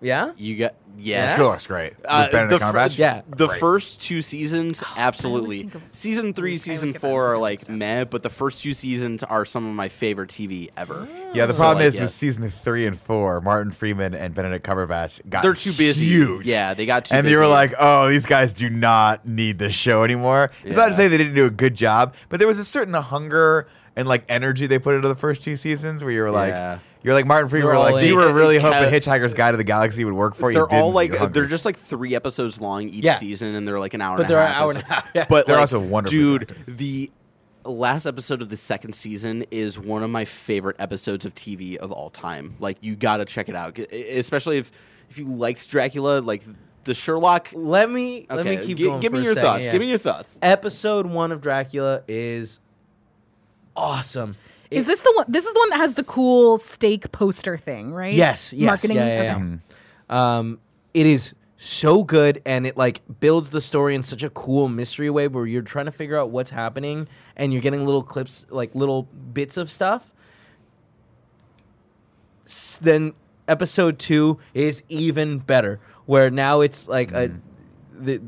Yeah?
you got
Yeah?
yes.
Sure, it's great.
Uh,
With Benedict
the fir-
Cumberbatch?
yeah.
The
Great.
first two seasons, absolutely.
think of-
Season
I
three,
always
season
get that
four are
mixed
like
up.
meh, but the first two seasons are some of my favorite TV ever.
Yeah, the
So,
problem
like,
is
yeah.
with season three and four, Martin Freeman and Benedict Cumberbatch got
They're too busy.
huge.
Yeah, they got too.
and they were
busy.
like, "Oh, these guys do not need this show anymore." It's not to
Yeah.
say they didn't do a good job, but there was a certain hunger and like energy they put into the first two seasons where you were like,
Yeah.
"You're like Martin Freeman."
They're
were
all
like,
in.
you were really hoping
Kev-
Hitchhiker's Guide to the Galaxy would work for you. You
they're
didn't
all
see
like uh,
your hunger.
they're just like three episodes long each
Yeah.
season, and they're like an hour.
But
and
they're
a
an
half
hour and a half, yeah.
But
They're
like,
also wonderfully
dude.
directed.
The last episode of the second season is one of my favorite episodes of TV of all time. Like you got to check it out, E- especially if if you liked Dracula, like the Sherlock.
Let me let me
Okay,
keep
gi-
going.
Give
for
me
a
your
second,
thoughts.
yeah.
Give me your thoughts.
Episode one of Dracula is awesome.
Is this the one? This is the one that has the cool steak poster thing, right?
Yes, yes.
Marketing.
Yeah, yeah, yeah.
okay.
Um, it is so good, and it like builds the story in such a cool mystery way where you're trying to figure out what's happening, and you're getting little clips, like little bits of stuff. S- Then episode two is even better, where now it's like
Mm-hmm.
a the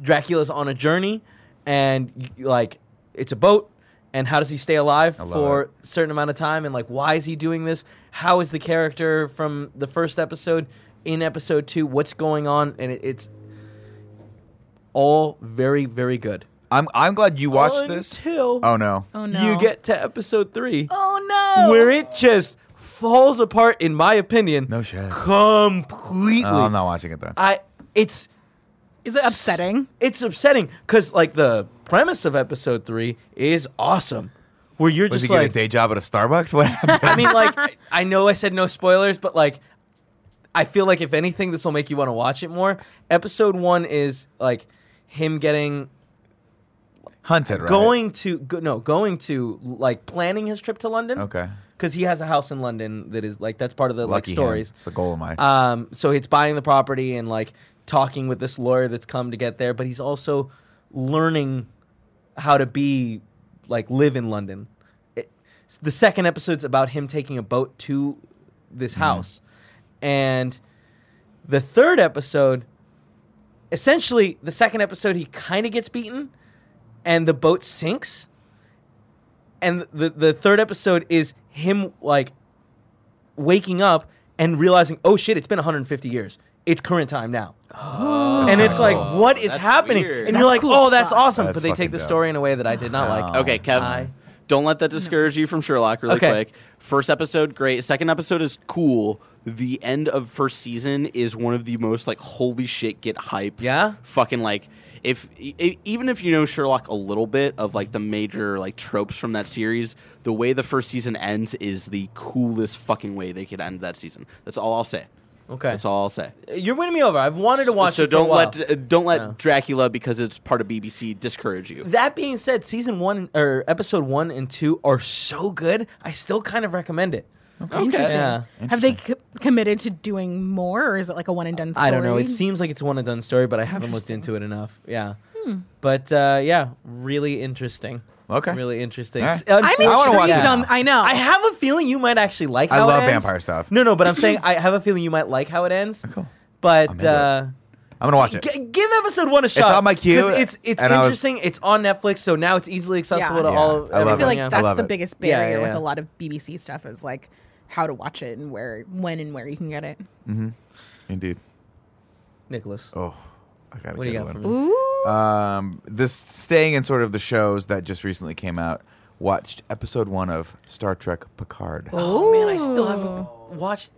Dracula's on a journey, and y- like it's a boat. And how does he stay alive
love
for
it.
certain amount of time and like why is he doing this how is the character from the first episode in episode two what's going on and it, it's all very very good
I'm I'm glad you watched this.
Until
Oh no.
Oh no.
you get to episode three
Oh no.
where it just falls apart in my opinion
No shit.
completely
No, I'm not watching it then.
i it's
Is it upsetting?
it's upsetting because like the premise of episode three is awesome where you're
Was
just
he
like
getting a day job at a Starbucks? *laughs*
*laughs*
What happened?
I mean, like, I- I know I said no spoilers, but like, I feel like if anything, this will make you want to watch it more. Episode one is like him getting
Hunted, right?
going to go, no going to like planning his trip to London.
Okay.
because he has a house in London that is like that's part of the
Lucky
like
him.
stories.
It's a goal of mine.
Um, so it's buying the property and like talking with this lawyer that's come to get there, but he's also learning how to be like live in London. It, s- the second episode's about him taking a boat to this house, and the third episode, essentially, the second episode, he kind of gets beaten, and the boat sinks. And the the third episode is him like waking up and realizing, oh shit, it's been 150 years. It's current time now. and it's like, what is
Oh. that's
happening?
weird.
And
That's
you're like,
cool
oh,
as
that's
fuck.
awesome.
That's
but they
fucking
take the
dope.
story in a way that I did not like.
Okay, Kev.
Um, I-
Don't let that discourage you from Sherlock really
Okay.
quick. First episode, great. Second episode is cool. The end of first season is one of the most like holy shit get hype.
Yeah?
Fucking like if e- even if you know Sherlock a little bit of like the major like tropes from that series, the way the first season ends is the coolest fucking way they could end that season. That's all I'll say.
Okay.
That's all I'll say.
You're winning me over. I've wanted to watch
so
it. for a
don't
while.
let uh, don't let
No.
Dracula because it's part of BBC discourage you.
That being said, season one or episode one and two are so good. I still kind of recommend it.
Interesting.
Yeah.
Have they c- committed to doing more, or is it like a one and done? Story?
I don't know. It seems like it's a one and done story, but I haven't looked into it enough. Yeah.
Hmm.
But uh, yeah, really interesting.
Okay.
Really interesting.
All
S-
right.
I'm
unfortunately-
I wanna watch
intrigued
it.
on. I know.
I have a feeling you might actually like
I
how it
love
ends.
vampire stuff.
No, no, but
*clears throat*
I'm saying I have a feeling you might like how it ends.
Cool. I'm
But
into it.
uh,
I'm gonna watch it.
g- give episode one a shot.
on my queue,
'cause It's it's
and I was-
interesting. It's on Netflix, so now it's easily accessible to
Yeah.
all.
Yeah,
I feel
I love it.
everyone,
like
yeah.
that's
love
the
it.
biggest
Yeah, yeah,
barrier with
yeah.
a lot of BBC stuff is like how to watch it and where, when, and where you can get it.
Indeed.
Nicholas.
Oh, I got a
What do
good
you got
one.
for me?
Ooh,
Um, this staying in sort of the shows that just recently came out. Watched episode one of Star Trek Picard.
Oh man, I still
Ooh.
haven't watched.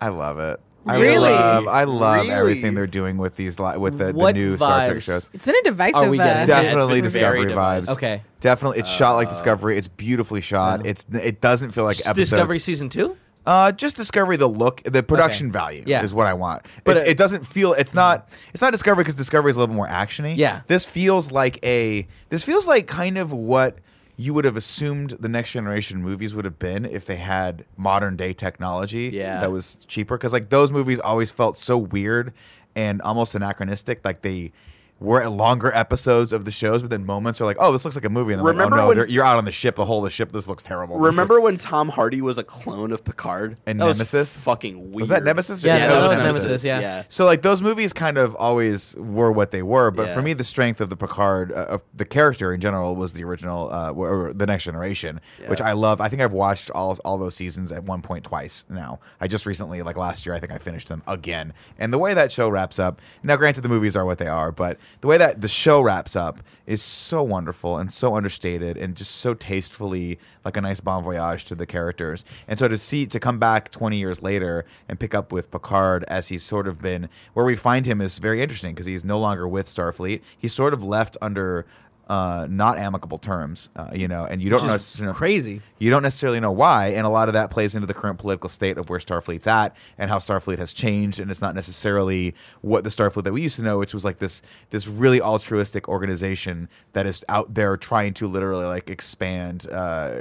I love it. I
Really?
love, I love
Really?
everything they're doing with these li- with the, the
What
new Star Trek
vibes?
shows.
it's been a divisive.
Are we getting
uh,
Yeah, it's
Definitely
been very
Discovery vibes.
divisive.
Okay. Uh,
Definitely, it's shot like Discovery. It's beautifully shot.
Yeah.
It's it doesn't feel like episodes.
Discovery season two.
Uh, just Discovery. The look, the production
Okay.
value
Yeah.
is what I want. But
But
it,
it-
it doesn't feel. It's not. It's not Discovery because Discovery is a little more actiony.
Yeah.
This feels like a. This feels like kind of what you would have assumed the next generation movies would have been if they had modern day technology.
Yeah.
That was cheaper because like those movies always felt so weird and almost anachronistic. Like they. Were longer episodes of the shows, but then moments are like, "Oh, this looks like a movie." And then
Remember
like, "Oh no,
when-
they're- you're out on the ship. The whole of the ship. This looks terrible." This
Remember
looks-
when Tom Hardy was a clone of Picard?
And
That was
Nemesis?
fucking weird.
was that Nemesis? Or
Yeah,
no,
that
it
was Nemesis, yeah.
So like those movies kind of always were what they were, but
Yeah.
for me the strength of the Picard uh, of the character in general was the original uh, or or the Next Generation, which I love. I think I've watched all all those seasons at one point twice now. I just recently like last year I think I finished them again. And the way that show wraps up, now granted the movies are what they are, but the way that the show wraps up is so wonderful and so understated and just so tastefully like a nice bon voyage to the characters. And so to see to come back 20 years later and pick up with Picard as he's sort of been where we find him is very interesting because he's no longer with Starfleet. He's sort of left under uh, not amicable terms, uh, you know, and you don't
Just
know
crazy.
you don't necessarily know why, and a lot of that plays into the current political state of where Starfleet's at and how Starfleet has changed, and it's not necessarily what the Starfleet that we used to know, which was like this this really altruistic organization that is out there trying to literally like expand, uh,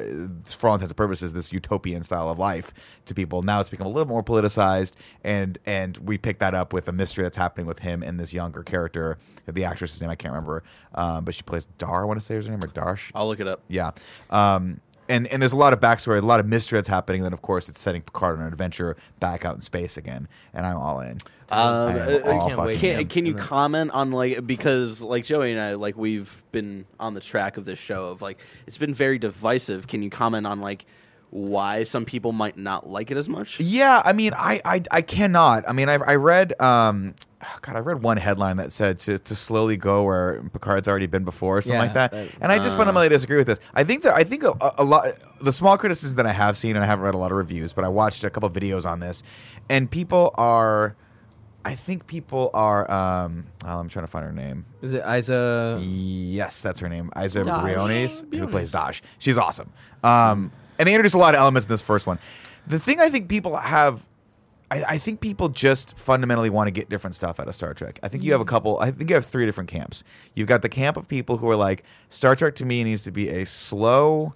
for all intents and purposes, this utopian style of life to people. Now it's become a little more politicized, and and we pick that up with a mystery that's happening with him and this younger character, the actress's name I can't remember, um, but she plays Dar, I want to say is her name or Darsh.
I'll look it up.
Yeah. Um, and, and there's a lot of backstory, a lot of mystery that's happening. Then, of course, it's setting Picard on an adventure back out in space again. And I'm all in.
Um,
I am
uh,
all
can't wait.
fucking
Yeah,
Can, can you
and then-
comment on like because like Joey and I like we've been on the track of this show of like it's been very divisive. Can you comment on like why some people might not like it as much?
Yeah, I mean, I I, I cannot. I mean, I, I read, um, God, I read one headline that said to, to slowly go where Picard's already been before, or something
Yeah,
like that.
that- uh,
and I just fundamentally disagree with this. I think that I think a, a lot the small criticisms that I have seen, and I haven't read a lot of reviews, but I watched a couple videos on this, and people are, I think people are. Um, oh, I'm trying to find her name.
Is it Isa?
Yes, that's her name. Isa
Dash.
Briones, who plays Dash. She's awesome. Um, and they introduce a lot of elements in this first one. The thing I think people have. I, I think people just fundamentally want to get different stuff out of Star Trek. I think you have a couple. I think you have three different camps. You've got the camp of people who are like, Star Trek to me needs to be a slow,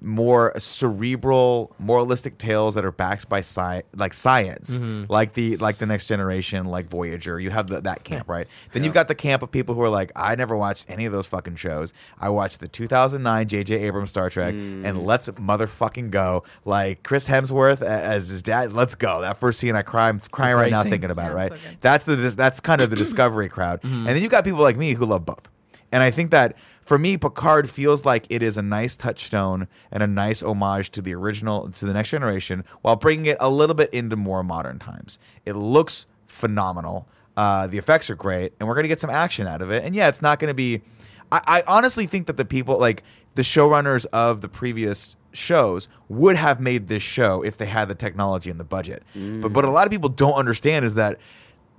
more cerebral, moralistic tales that are backed by sci- like science,
Mm-hmm.
like the like the Next Generation, like Voyager. You have the, that camp, right? Then you've got the camp of people who are like, I never watched any of those fucking shows. I watched the 2009 J.J. Abrams Star Trek,
Mm.
and let's motherfucking go. Like Chris Hemsworth a- as his dad, let's go. That first scene, I cry, I'm crying right
great
now
scene.
thinking about it.
Yeah,
Right?
it's so good.
That's the dis- that's kind of the discovery crowd, and then you've got people like me who love both. And I think that for me, Picard feels like it is a nice touchstone and a nice homage to the original, to the next generation, while bringing it a little bit into more modern times. It looks phenomenal. Uh, the effects are great, and we're going to get some action out of it. And yeah, it's not going to be. I, I honestly think that the people, like the showrunners of the previous shows, would have made this show if they had the technology and the budget. But what a lot of people don't understand is that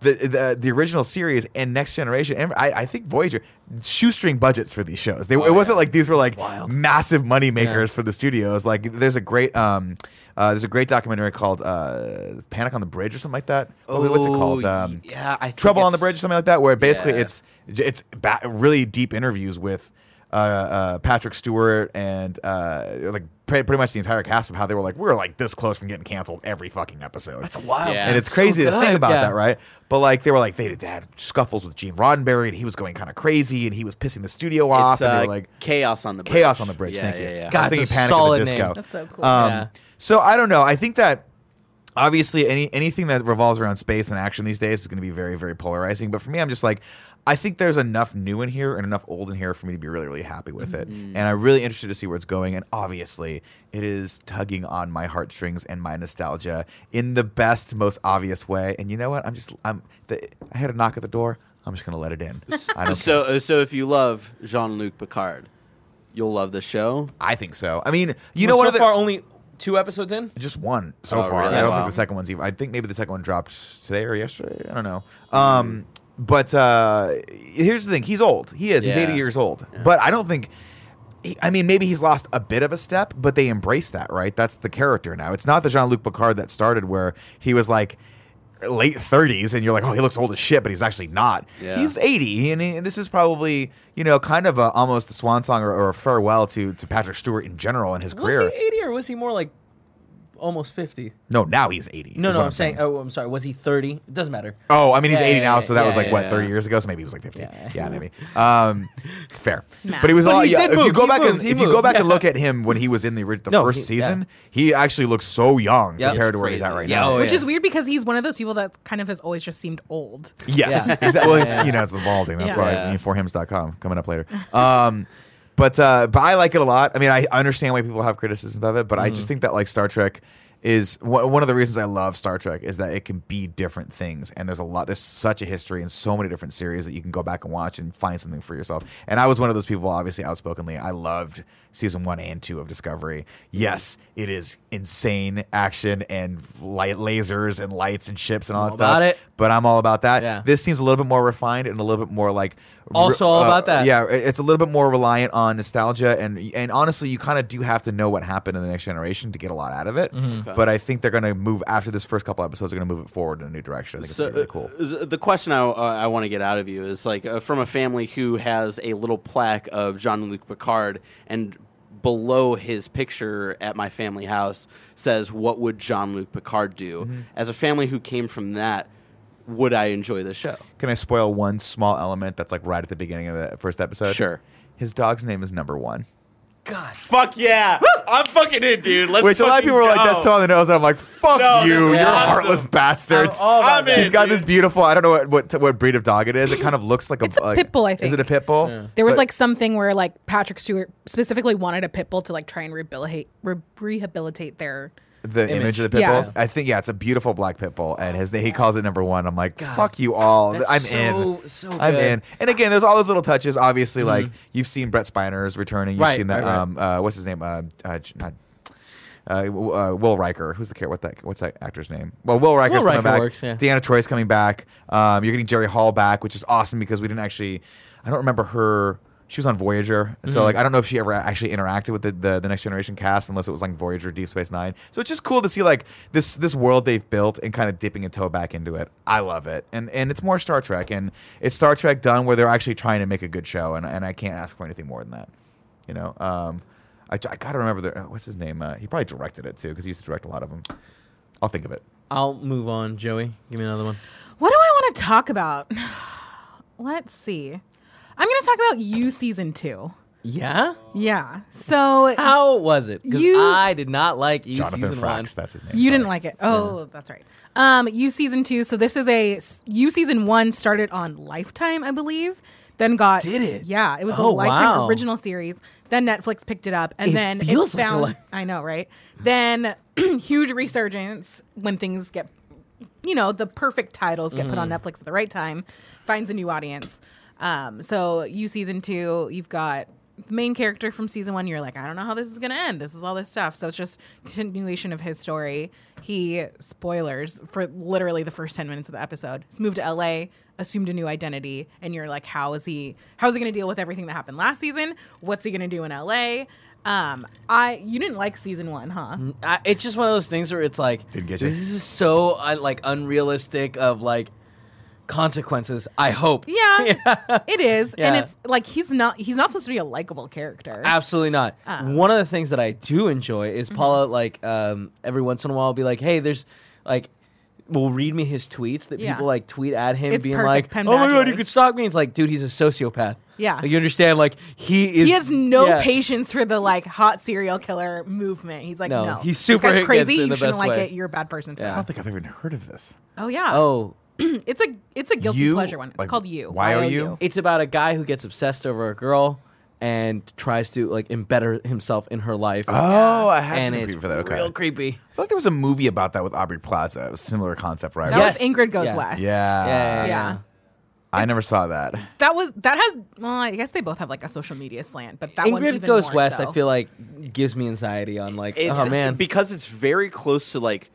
the the, the original series and Next Generation, and I, I think Voyager, shoestring budgets for these shows.
Oh,
They, it wasn't like these were like massive money makers for the studios. Like there's a great um, uh, there's a great documentary called uh, Panic on the Bridge or something like that. What- What's it called?
Oh,
Um,
yeah, I think
Trouble on the
it's-
Bridge or something like that, where basically
Yeah.
it's it's ba- really deep interviews with uh, uh, Patrick Stewart and uh, like pre- pretty much the entire cast of how they were like we were like this close from getting canceled every fucking episode. That's
Wow.
Yeah.
and it's crazy to think
good,
about
yeah.
that, right? But like they were like they, they had scuffles with Gene Roddenberry, and he was going kind of crazy, and he was pissing the studio off,
It's,
and they
uh,
were like
chaos on the bridge.
chaos on the bridge.
Yeah,
Thank you.
yeah, yeah.
God,
I was thinking
it's a
Panic
solid
at the Disco.
name.
That's so cool.
Um,
Yeah.
So I don't know. I think that obviously any anything that revolves around space and action these days is going to be very very polarizing. But for me, I'm just like, I think there's enough new in here and enough old in here for me to be really really happy with it.
Mm-hmm.
And I'm really interested to see where it's going. And obviously, it is tugging on my heartstrings and my nostalgia in the best, most obvious way. And you know what? I'm just I'm the, I had a knock at the door. I'm just going to let
*laughs*
it in. I don't
So, uh, so if you love Jean Luc Picard, you'll love the show.
I think so. I mean, you
You
know
know,
what?
so
other-
far only two episodes in.
Just one so
Oh,
far.
really?
I don't
Wow.
think the second one's even. I think maybe the second one dropped today or yesterday. I don't know. Um, but uh, here's the thing: he's old. He is. He's
Yeah.
80 years old. But I don't think. he- I mean, maybe he's lost a bit of a step, but they embrace that, right? That's the character now. It's not the Jean Luc Picard that started where he was like late 30s and you're like, oh, he looks old as shit, but he's actually not.
Yeah.
He's 80, and, he- and this is probably, you know, kind of a, almost a swan song or, or a farewell to, to Patrick Stewart in general and his career.
Was he eighty or was he more like almost fifty?
No, now he's 80.
No,
is
no,
what
I'm saying. Oh, I'm sorry. Was he thirty? It doesn't matter.
Oh, I mean, he's
Yeah,
80
yeah,
now, so that
yeah,
was like,
yeah,
what,
yeah.
30 years ago? So maybe he was like 50. Yeah,
Yeah.
maybe. Um, fair.
Nah.
But he was
But
all,
he
yeah,
did
if you
move,
go
he
back and
moved, he
if you go
moved,
back and
yeah.
look at him when he was in the, ori- the
No,
first
he-
season, he actually looks so young
Yeah.
compared
It's
to where he's at
crazy.
right
Yeah,
now.
oh,
Which
yeah.
is weird because he's one of those people that kind of has always just seemed old.
Yes.
Yeah.
Exactly. Well, it's, you know, it's the balding. That's
Yeah.
why E
Yeah.
I mean, forhims.com coming up later. Um, but uh, but I like it a lot. I mean, I I understand why people have criticisms of it, but I just think that like Star Trek is one one of the reasons I love Star Trek is that it can be different things, and there's a lot. There's such a history and so many different series that you can go back and watch and find something for yourself. And I was one of those people, obviously outspokenly. I loved season one and two of Discovery. Yes, it is insane action and light lasers and lights and ships and all that
all about
stuff
it.
but I'm all about that.
Yeah.
This seems a little bit more refined and a little bit more like re- uh,
Also all about that.
Yeah, it- it's a little bit more reliant on nostalgia and and honestly, you kind of do have to know what happened in the next generation to get a lot out of it.
Mm-hmm.
But I think they're going to move after this first couple episodes. They're going to move it forward in a new direction. I think it's gonna be really cool.
uh, The question I, uh, I want to get out of you is like uh, from a family who has a little plaque of Jean Luc Picard, and below his picture at my family house says, "What would Jean Luc Picard do?" As a family who came from that, would I enjoy the show?
Can I spoil one small element that's like right at the beginning of the first episode?
Sure.
His dog's name is Number One,
God.
Fuck yeah, I'm fucking in, dude. Let's
which a lot of people were like, "That's so on the nose." And I'm like, "Fuck
No,
you,
that's
you're
awesome.
heartless bastards."
I'm all about
I'm in.
He's got
dude.
this beautiful. I don't know what, what what breed of dog it is. It kind of looks like a.
It's a
like-
pit bull, I
Is
think.
it a pit bull?
There was
But-
like something where like Patrick Stewart specifically wanted a pit bull to like try and rehabilitate re- rehabilitate their.
the image,
image.
of the pit
Yeah.
bulls. I think yeah, it's a beautiful black pit bull, and his he calls it number one. I'm like, fuck you all.
that's
I'm
so-
in.
so
I'm
good. Mm-hmm.
in. And again, there's all those little touches. Obviously, like you've seen Brett Spiner's returning. You've
Right,
seen that.
right, right.
Um, uh, what's his name? Uh, uh, J- not. Uh, W- uh, Will Riker, who's the character? What that? What's that actor's name? Well, Will Riker's
Will
coming
Riker
back.
works, yeah.
Deanna Troy's coming back. Um, you're getting Jerry Hall back, which is awesome because we didn't actually. I don't remember her. She was on Voyager, and so like I don't know if she ever actually interacted with the, the the Next Generation cast unless it was like Voyager, Deep Space Nine. So it's just cool to see like this this world they've built and kind of dipping a toe back into it. I love it, and and it's more Star Trek, and it's Star Trek done where they're actually trying to make a good show, and and I can't ask for anything more than that. You know, um, I, I gotta remember the, uh, what's his name. Uh, he probably directed it too because he used to direct a lot of them. I'll think of it.
I'll move on, Joey. Give me another one.
What do I want to talk about? *sighs* Let's see. I'm going to talk about you season two.
Yeah.
Yeah. So
How was it? Because
You-
I did not like you
Jonathan
season one.
Frakes, that's his name.
You
sorry.
didn't like it. Oh, that's right. Um, you season two. So this is a you season one started on Lifetime, I believe. Then got
Did it?
Yeah, it was a
Oh,
Lifetime
wow.
original series. Then Netflix picked it up, and
It
then it
feels like a
found.
li-
I know, right? Then *clears throat* huge resurgence when things get, you know, the perfect titles get put on Netflix at the right time, finds a new audience. Um, so you season two, you've got main character from season one. You're like, I don't know how this is gonna end. This is all this stuff. So it's just continuation of his story. He spoilers for literally the first ten minutes of the episode. He's moved to LA. Assumed a new identity, and you're like, how is he? How is he going to deal with everything that happened last season? What's he going to do in LA? Um, I you didn't like season one, huh?
I, it's just one of those things where it's like
Didn't get you.
this is so uh, like unrealistic of like consequences. I hope.
Yeah,
*laughs*
it is, and
Yeah.
it's like he's not he's not supposed to be a likable character.
*laughs* Absolutely not.
Uh.
One of the things that I do enjoy is
Mm-hmm.
Paula, like, um, every once in a while, will be like, hey, there's, like, will read me his tweets that
Yeah.
people, like, tweet at him,
It's
being
perfect
like,
Penn
oh my God,
Badgley.
you could stalk me. It's like, dude, he's a sociopath.
Yeah.
Like, you understand? Like, he is.
he has no
yeah.
patience for the like hot serial killer movement. He's like,
No,
no,
he's super
This
against
guy's
it
crazy.
in
You
the
shouldn't
best
like
way.
it. You're a bad person. For
Yeah.
I
that.
don't think I've even heard of this.
Oh yeah.
Oh,
*clears throat* it's a it's a guilty
You-
pleasure one. It's
like,
called you.
Y O U?
it's about a guy who gets obsessed over a girl and tries to, like, embetter himself in her life.
Oh, I have
and
seen a
it's
preview for that. Okay.
real creepy.
I feel like there was a movie about that with Aubrey Plaza. It was a similar concept, right?
That
Yes.
was Ingrid Goes
Yeah.
West.
yeah,
Yeah.
yeah,
Yeah.
yeah.
I never saw that.
That was that has well, I guess they both have like a social media slant, but that one
Ingrid
even
Goes
more
West,
so.
I feel like, gives me anxiety on, like,
It's
oh man.
because it's very close to like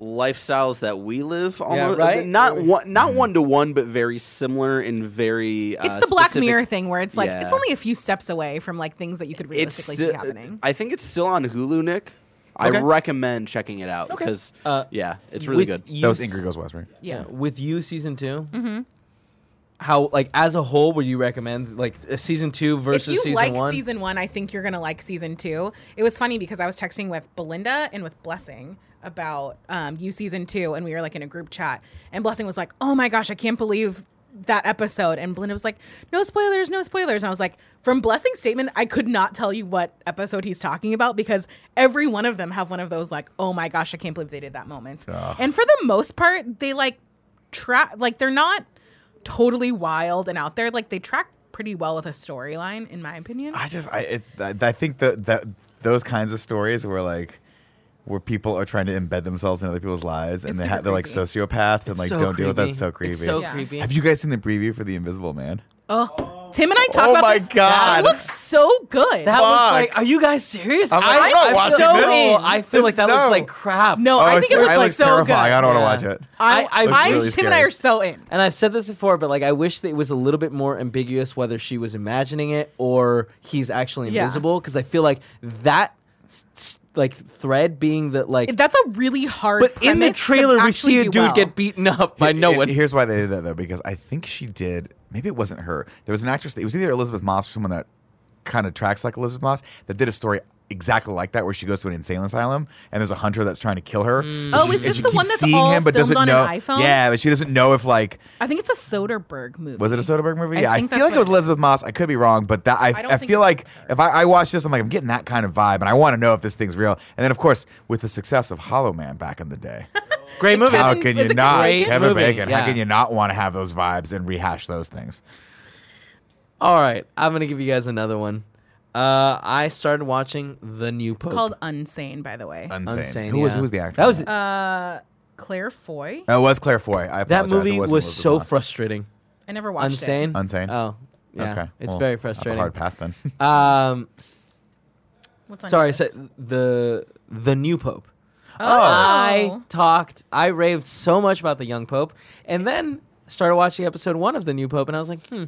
lifestyles that we live almost
right?
not Mm-hmm. one not one to one but very similar and very uh,
it's the Black
specific.
Mirror thing where it's like it's
Yeah.
only a few steps away from like things that you could
It's
realistically
uh,
see
sti-
happening.
I think it's still on Hulu, Nick. I
Okay.
recommend checking it out because
Uh,
yeah, it's really
With
good.
you
That was
s-
Ingrid Goes West, right?
yeah.
Uh, with you season 2 mm-hmm. how like as a whole would you recommend like a season two
If
versus
you
season
like
one
season one, I think you're gonna like season two. It was funny because I was texting with Belinda and with Blessing about um, you season two, and we were like in a group chat, and Blessing was like, "Oh my gosh, I can't believe." That episode, and Belinda was like, "No spoilers, no spoilers," and I was like, "From Blessing's statement, I could not tell you what episode he's talking about because every one of them have one of those like, oh my gosh, I can't believe they did that moment." And for the most part, they like track like they're not totally wild and out there. Like they track pretty well with a storyline, in my opinion.
I just, I, it's, I, I think that that those kinds of stories were like, where people are trying to embed themselves in other people's lives, and
It's
they
super
ha- they're like
creepy.
sociopaths and like
So
don't deal with that.
creepy.
So creepy.
it's so
Yeah.
creepy
Have you guys seen the preview for The Invisible Man?
Oh, Tim and I talked
Oh
about
my
this.
God.
It looks so good.
that
Fuck.
looks like are you guys serious
I'm like,
I,
I'm not
I
watching
feel,
this.
no, I feel
This-
like that
no. Oh.
looks like crap
no, I think it looks like so good.
terrifying. I don't
Yeah.
want to watch it.
I, I,
Looks
really
Tim and I
scary.
are so in.
and I've said this before, but like I wish that it was a little bit more ambiguous whether she was imagining it or he's actually
Yeah.
invisible. Because I feel like that, s- s- like thread being that like,
That's a really hard.
but in the
premise to
trailer we
actually
see a
do
dude
well.
get beaten up by no
And
one.
Here's why they did that though, because I think she did. Maybe it wasn't her. There was an actress. It was either Elizabeth Moss or someone that kind of tracks like Elizabeth Moss that did a story exactly like that, where she goes to an insane asylum and there's a hunter that's trying to kill her. And
Oh,
she-
is
and
this
she
the
keeps
one that's
seeing
all
him, but
filmed
doesn't
on
know?
an iPhone?
Yeah, but she doesn't know if like
I think it's a Soderbergh movie.
was it a Soderbergh movie?
I
yeah, I
think
feel
that's
like
what
it was
it
Elizabeth
is.
Moss. I could be wrong, but that I,
don't
I,
think
feel
it's
like if I, I watch this, I'm like I'm getting that kind of vibe, and I want to know if this thing's real. And then of course with the success of Hollow Man back in
*laughs*
the day.
Great movie.
How
Kevin-
can
was
you
it
not,
Kevin Bacon?
Kevin
Movie,
Bacon?
yeah.
How can you not want to have those vibes and rehash those things?
All right, I'm gonna give you guys another one. Uh, I started watching the new Pope.
called Unsane? By the way,
Insane.
Unsane,
who was
yeah.
who was the actor?
That was
Claire Foy.
Oh, it was Claire Foy. I apologize.
that
It
movie
wasn't
was
Elizabeth
so
Moss.
frustrating.
I never watched
Unsane.
it.
Unsane?
Oh, yeah.
Okay,
It's
well,
very
That's
frustrating.
a hard pass then.
Um,
What's on
sorry,
your
so
list?
the the new Pope. I
oh,
talked, I raved so much about the young Pope, and then started watching episode one of the new Pope, and I was like, hmm,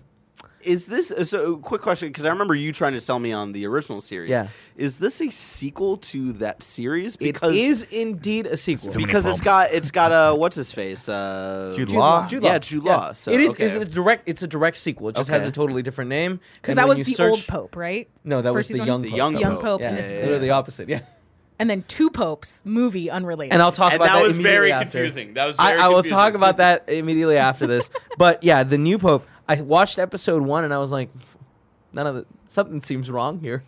Is this uh, so? Quick question, because I remember you trying to sell me on the original series.
Yeah.
Is this a sequel to that series?
it is indeed a sequel.
Too many
because it's
bumps.
got it's got a what's his face uh,
Jude Law.
Jude
Yeah, Jude Law. So,
it is.
okay.
It's a direct. It's a direct sequel. It just has
Okay.
a totally different name.
because
And
that
when
was
you
the
search-
old Pope, right?
No, that was
First
the
season?
young,
The
pope.
young
that
Young
was-
Pope,
Yeah,
and this
yeah,
is
yeah,
the-
they're the opposite. Yeah,
and then two popes movie unrelated.
and I'll talk
and
about
that
that
was very
immediately after.
confusing. That was
I,
very
I will
confusing.
talk about
*laughs*
that immediately after this. But yeah, the new pope. I watched episode one and I was like, none of the something seems wrong here.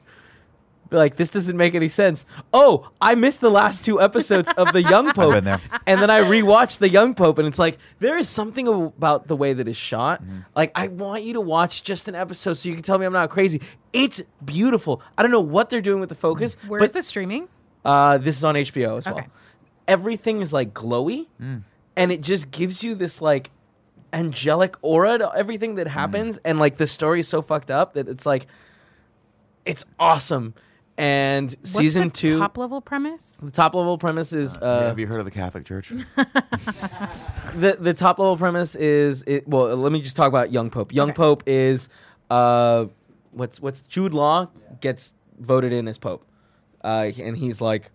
Like this doesn't make any sense. Oh, I missed the last two episodes of the
*laughs*
young pope,
been there.
and then I rewatched the young pope, and it's like there is something about the way that is shot.
Mm-hmm.
Like I want you to watch just an episode so you can tell me I'm not crazy. It's beautiful. I don't know what they're doing with the focus.
Where is
but
this streaming?
uh, this is on HBO as well.
Okay. Mm.
Everything is like glowy, and it just gives you this like angelic aura to everything
Mm.
that happens. And like the story is so fucked up that it's like, it's awesome. And
What's
season
the
two,
top level premise.
the top level premise is uh,
Have you heard of the Catholic Church?
the the top level premise is it, well. Let me just talk about Young Pope. Young Pope is uh, what's what's Jude Law gets voted in as Pope, uh, and he's like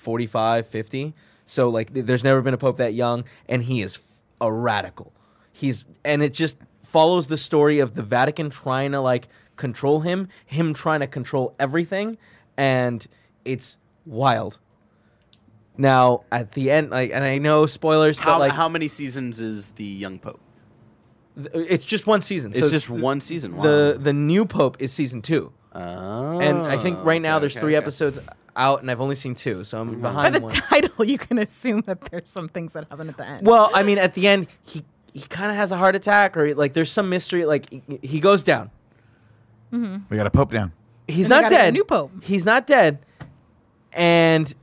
45, 50. So like, th- there's never been a Pope that young, and he is a radical. He's and it just follows the story of the Vatican trying to like control him, him trying to control everything, and it's wild. Now at the end, like, and I know spoilers,
How
but like,
how many seasons is the young pope?
th- it's just one season.
It's just one season. Wow.
The the new pope is season two,
Oh,
and I think right now
okay,
there's
okay,
three
okay. Mm-hmm.
episodes out, and I've only seen two, so I'm
By
behind.
the
one.
title, *laughs* you can assume that there's some things that happen at the end.
Well, I mean, at the end, he he kind of has a heart attack, or like there's some mystery. Like he- he goes down.
We got a pope down.
He's
And they
not
gotta get a
dead.
new pope.
He's not dead. And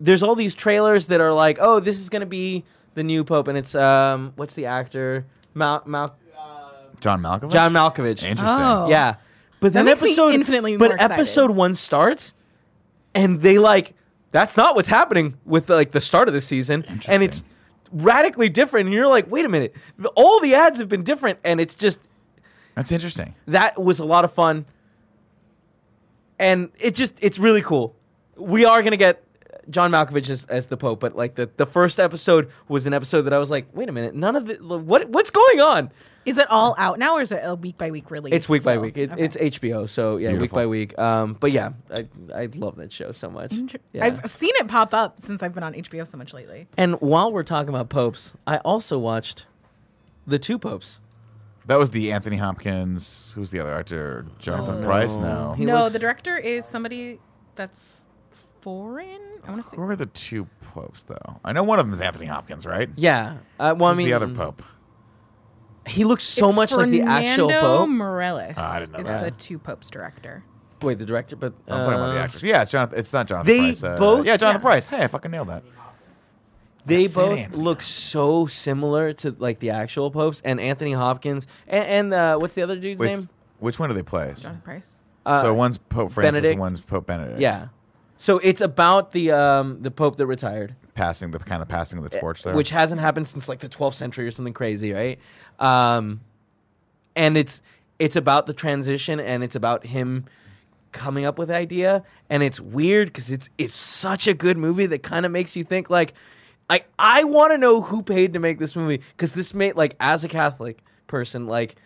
there's all these trailers that are like, oh, this is gonna be the new pope, and it's um, what's the actor? Mal, Mal-
John Malkovich.
John Malkovich.
Interesting.
Oh.
Yeah. But
That
then
makes me
episode
infinitely
but
more excited.
episode one starts, and they like that's not what's happening with like the start of the season, and it's radically different. And you're like, wait a minute, the, all the ads have been different, and it's just
That's interesting.
that was a lot of fun, and it just it's really cool. We are gonna get John Malkovich as, as the Pope, but like the the first episode was an episode that I was like, wait a minute, none of the what what's going on?
Is it all out now, or is it a week by week release?
It's week by
still?
week. It,
Okay.
It's HBO, so yeah, week
Beautiful.
by week. Um, but yeah, I I love that show so much.
Inter-
Yeah.
I've seen it pop up since I've been on HBO so much lately.
and while we're talking about popes, I also watched the two popes.
That was the Anthony Hopkins. Who's the other actor?
Oh,
Jonathan Price. No.
He
no,
looks-
the director is somebody that's foreign. I want to say
Who are the two popes though? I know one of them is Anthony Hopkins, right?
Yeah, uh, well, I
Who's
mean,
the other pope?
He looks so
It's
much like the actual
Fernando
pope.
Morales
Ah, I didn't know
is
that.
the two popes director.
Wait, the director, but
I'm talking about the
uh,
actors. Yeah, it's Jonathan. It's not Jonathan
they
Price. uh,
both-
yeah, Jonathan
yeah.
Price. Hey, I fucking nailed that.
they
I said
both
Anthony
look so similar to like the actual popes and Anthony Hopkins and, and uh, what's the other dude's
Wait,
name?
which one do they play?
Jonathan Price.
Uh,
so one's Pope Francis, and
Benedict.
one's Pope Benedict.
yeah. So it's about the um, the pope that retired.
passing the kind of passing of the torch there.
which hasn't happened since like the 12th century or something crazy, right? Um, and it's it's about the transition and it's about him coming up with the idea and it's weird because it's it's such a good movie that kind of makes you think like I I want to know who paid to make this movie because this made like as a Catholic person like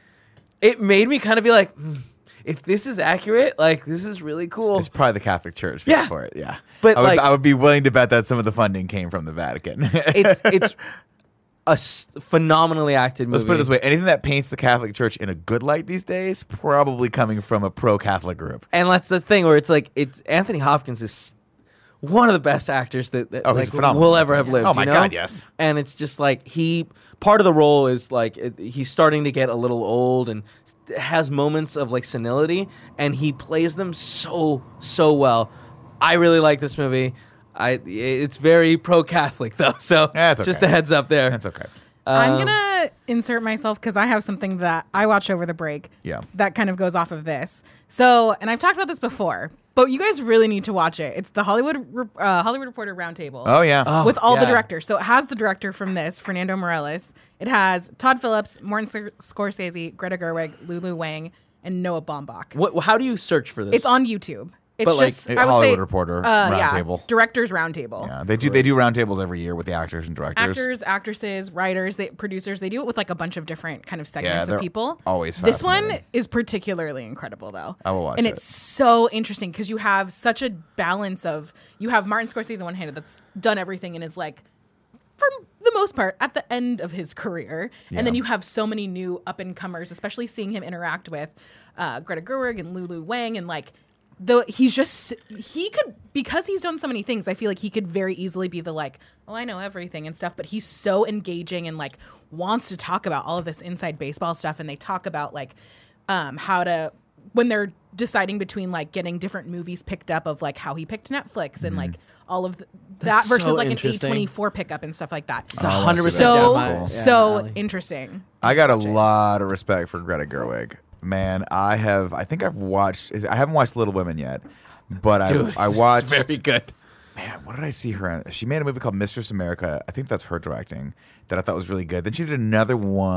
it made me kind of be like "Hmm, if this is accurate like this is really cool
it's probably the Catholic Church.
Yeah.
for it. Yeah,
But,
I would,
like-
I would be willing to bet that some of the funding came from the Vatican. *laughs*
it's it's a s- phenomenally acted movie
Let's put it this way: anything that paints the Catholic Church in a good light these days, probably coming from a pro-Catholic group.
and that's the thing where it's like it's Anthony Hopkins is one of the best actors that, that
Oh,
like,
he's phenomenal.
will ever have lived.
Oh my
you know?
God, yes.
And it's just like he part of the role is like it, he's starting to get a little old and has moments of like senility, and he plays them so so well. I really like this movie. I it's very pro Catholic though, so
*laughs* Yeah, it's
just
okay.
a heads up there.
That's okay. Um,
I'm gonna insert myself because I have something that I watched over the break.
Yeah.
that kind of goes off of this. So, and I've talked about this before, but you guys really need to watch it. It's the Hollywood Re- uh, Hollywood Reporter Roundtable.
Oh yeah,
Oh,
with all
yeah.
the directors. So it has the director from this, Fernando Morales. It has Todd Phillips, Martin Sc- Scorsese, Greta Gerwig, Lulu Wang, and Noah Baumbach.
What, how do you search for this?
It's on YouTube. It's
But, like,
just
a
I would
Hollywood
say,
Reporter
uh, Yeah,
Roundtable.
directors roundtable.
yeah. They do they do roundtables every year with the actors and directors.
Actors, actresses, writers, they, producers, they do it with like a bunch of different kind of segments
they're
of people.
always
This one
fascinating.
is particularly incredible though.
I will watch
And
it.
it's so interesting because you have such a balance of you have Martin Scorsese on one hand that's done everything and is like for the most part at the end of his career and then you have so many new up and comers especially seeing him interact with uh, greta gerwig and lulu wang and like though he's just he could because he's done so many things i feel like he could very easily be the like oh i know everything and stuff but he's so engaging and like wants to talk about all of this inside baseball stuff and they talk about like um, how to when they're deciding between like getting different movies picked up of like how he picked netflix and like all of th- that
Mm-hmm. That's
versus
so
like an E
interesting.
a24 four pickup and stuff like that. It's
a
Oh,
hundred percent
so
down my- yeah,
so
alley.
interesting.
I got a lot of respect for Greta Gerwig. Man, I have. I think I've watched. I haven't watched Little Women yet, but
Dude,
I I
it's
watched.
very good.
Man, what did I see her in? She made a movie called Mistress America. I think that's her directing that I thought was really good. Then she did another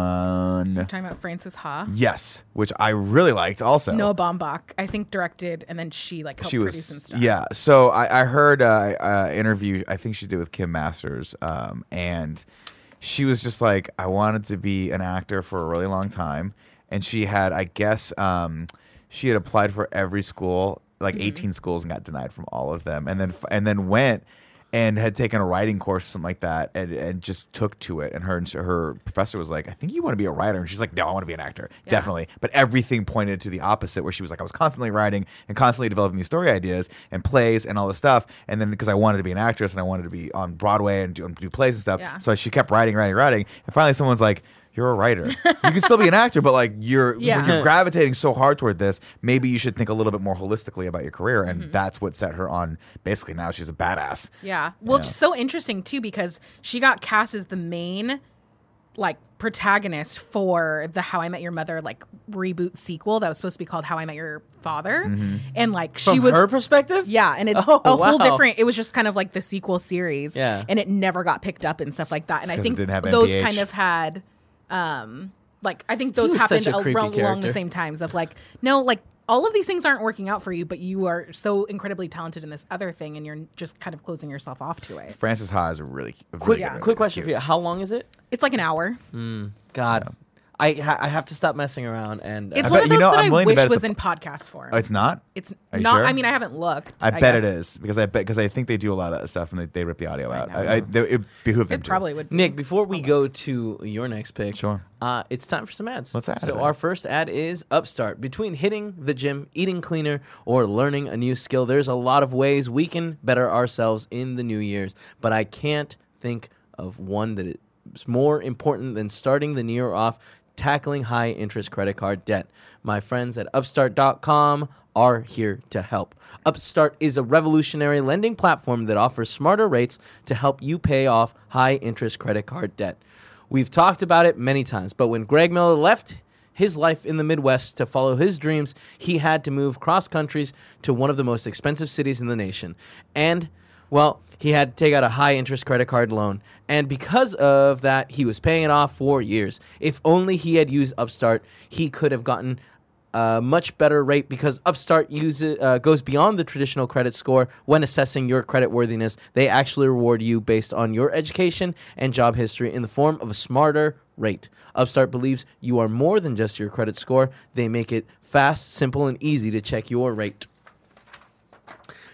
one.
Talking about Frances Ha,
Yes, which I really liked also.
Noah Baumbach, I think directed, and then she like helped
she
produce and
was
stuff.
yeah so i, I heard an uh, interview i think she did with kim masters um, and she was just like, I wanted to be an actor for a really long time, and she had, I guess, um, she had applied for every school, like 18 schools, and got denied from all of them, and then f- and then went and had taken a writing course, something like that, and, and just took to it. And her and her professor was like, "I think you want to be a writer," and she's like, "No, I want to be an actor, definitely." But everything pointed to the opposite, where she was like, "I was constantly writing and constantly developing new story ideas and plays and all this stuff," and then because I wanted to be an actress and I wanted to be on Broadway and do, and do plays and stuff,
Yeah.
so she kept writing, writing, writing, and finally someone's like. You're a writer. You can still be an actor, but like you're,
*laughs* Yeah.
you're gravitating so hard toward this. Maybe you should think a little bit more holistically about your career, and
Mm-hmm.
that's what set her on. Basically, now she's a badass.
Yeah. Well, it's so interesting too because she got cast as the main like protagonist for the How I Met Your Mother like reboot sequel that was supposed to be called How I Met Your Father. And like she
From
was
her perspective?
yeah, and it's
*laughs* Oh,
a whole
wow.
different. It was just kind of like the sequel series,
Yeah.
and it never got picked up and stuff like that. And I
'cause it
think
didn't have
those
MPH.
kind of had, um, like I think those
was such
happened
a creepy
around, along the
character.
same times of like no, like all of these things aren't working out for you, but you are so incredibly talented in this other thing, and you're just kind of closing yourself off to it.
Francis Ha is a really cu- a
Quick,
really good-
quick
it's
question for
cute.
you. How long is it?
It's like an hour.
God, I ha- I have to stop messing around and uh,
It's
bet-
one of
you
those
know,
that
I'm
i
willing to bet
wish
it's
was
a-
in podcast form.
Oh, it's not.
it's
Are you
not.
sure?
I mean, I haven't looked.
I, bet it
guess.
is because I bet because I think they do a lot of stuff and they, they rip the audio out.
find out.
I, I, they, it behooved them
It
to.
probably would. be.
Nick, before we go to your next pick,
Sure.
uh, it's time for some ads.
Let's add
So
it.
our first ad is Upstart. Between hitting the gym, eating cleaner, or learning a new skill, there's a lot of ways we can better ourselves in the new years. But I can't think of one that is more important than starting the new year off tackling high interest credit card debt. My friends at upstart.com are here to help. Upstart is a revolutionary lending platform that offers smarter rates to help you pay off high interest credit card debt. We've talked about it many times, but when Greg Miller left his life in the Midwest to follow his dreams, he had to move cross countries to one of the most expensive cities in the nation. And well, he had to take out a high interest credit card loan. And because of that, he was paying it off for years. If only he had used Upstart, he could have gotten a much better rate because Upstart uses uh, goes beyond the traditional credit score when assessing your credit worthiness. They actually reward you based on your education and job history in the form of a smarter rate. Upstart believes you are more than just your credit score. They make it fast, simple, and easy to check your rate.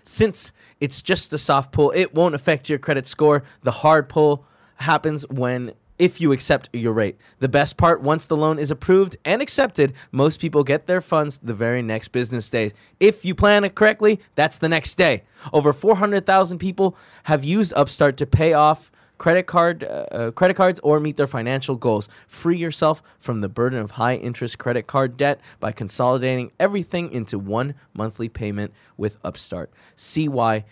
Since it's just a soft pull, it won't affect your credit score. The hard pull happens when if you accept your rate. The best part, once the loan is approved and accepted, most people get their funds the very next business day. If you plan it correctly, that's the next day. Over 400,000 people have used Upstart to pay off credit card uh, uh, credit cards or meet their financial goals free yourself from the burden of high interest credit card debt by consolidating everything into one monthly payment with upstart see why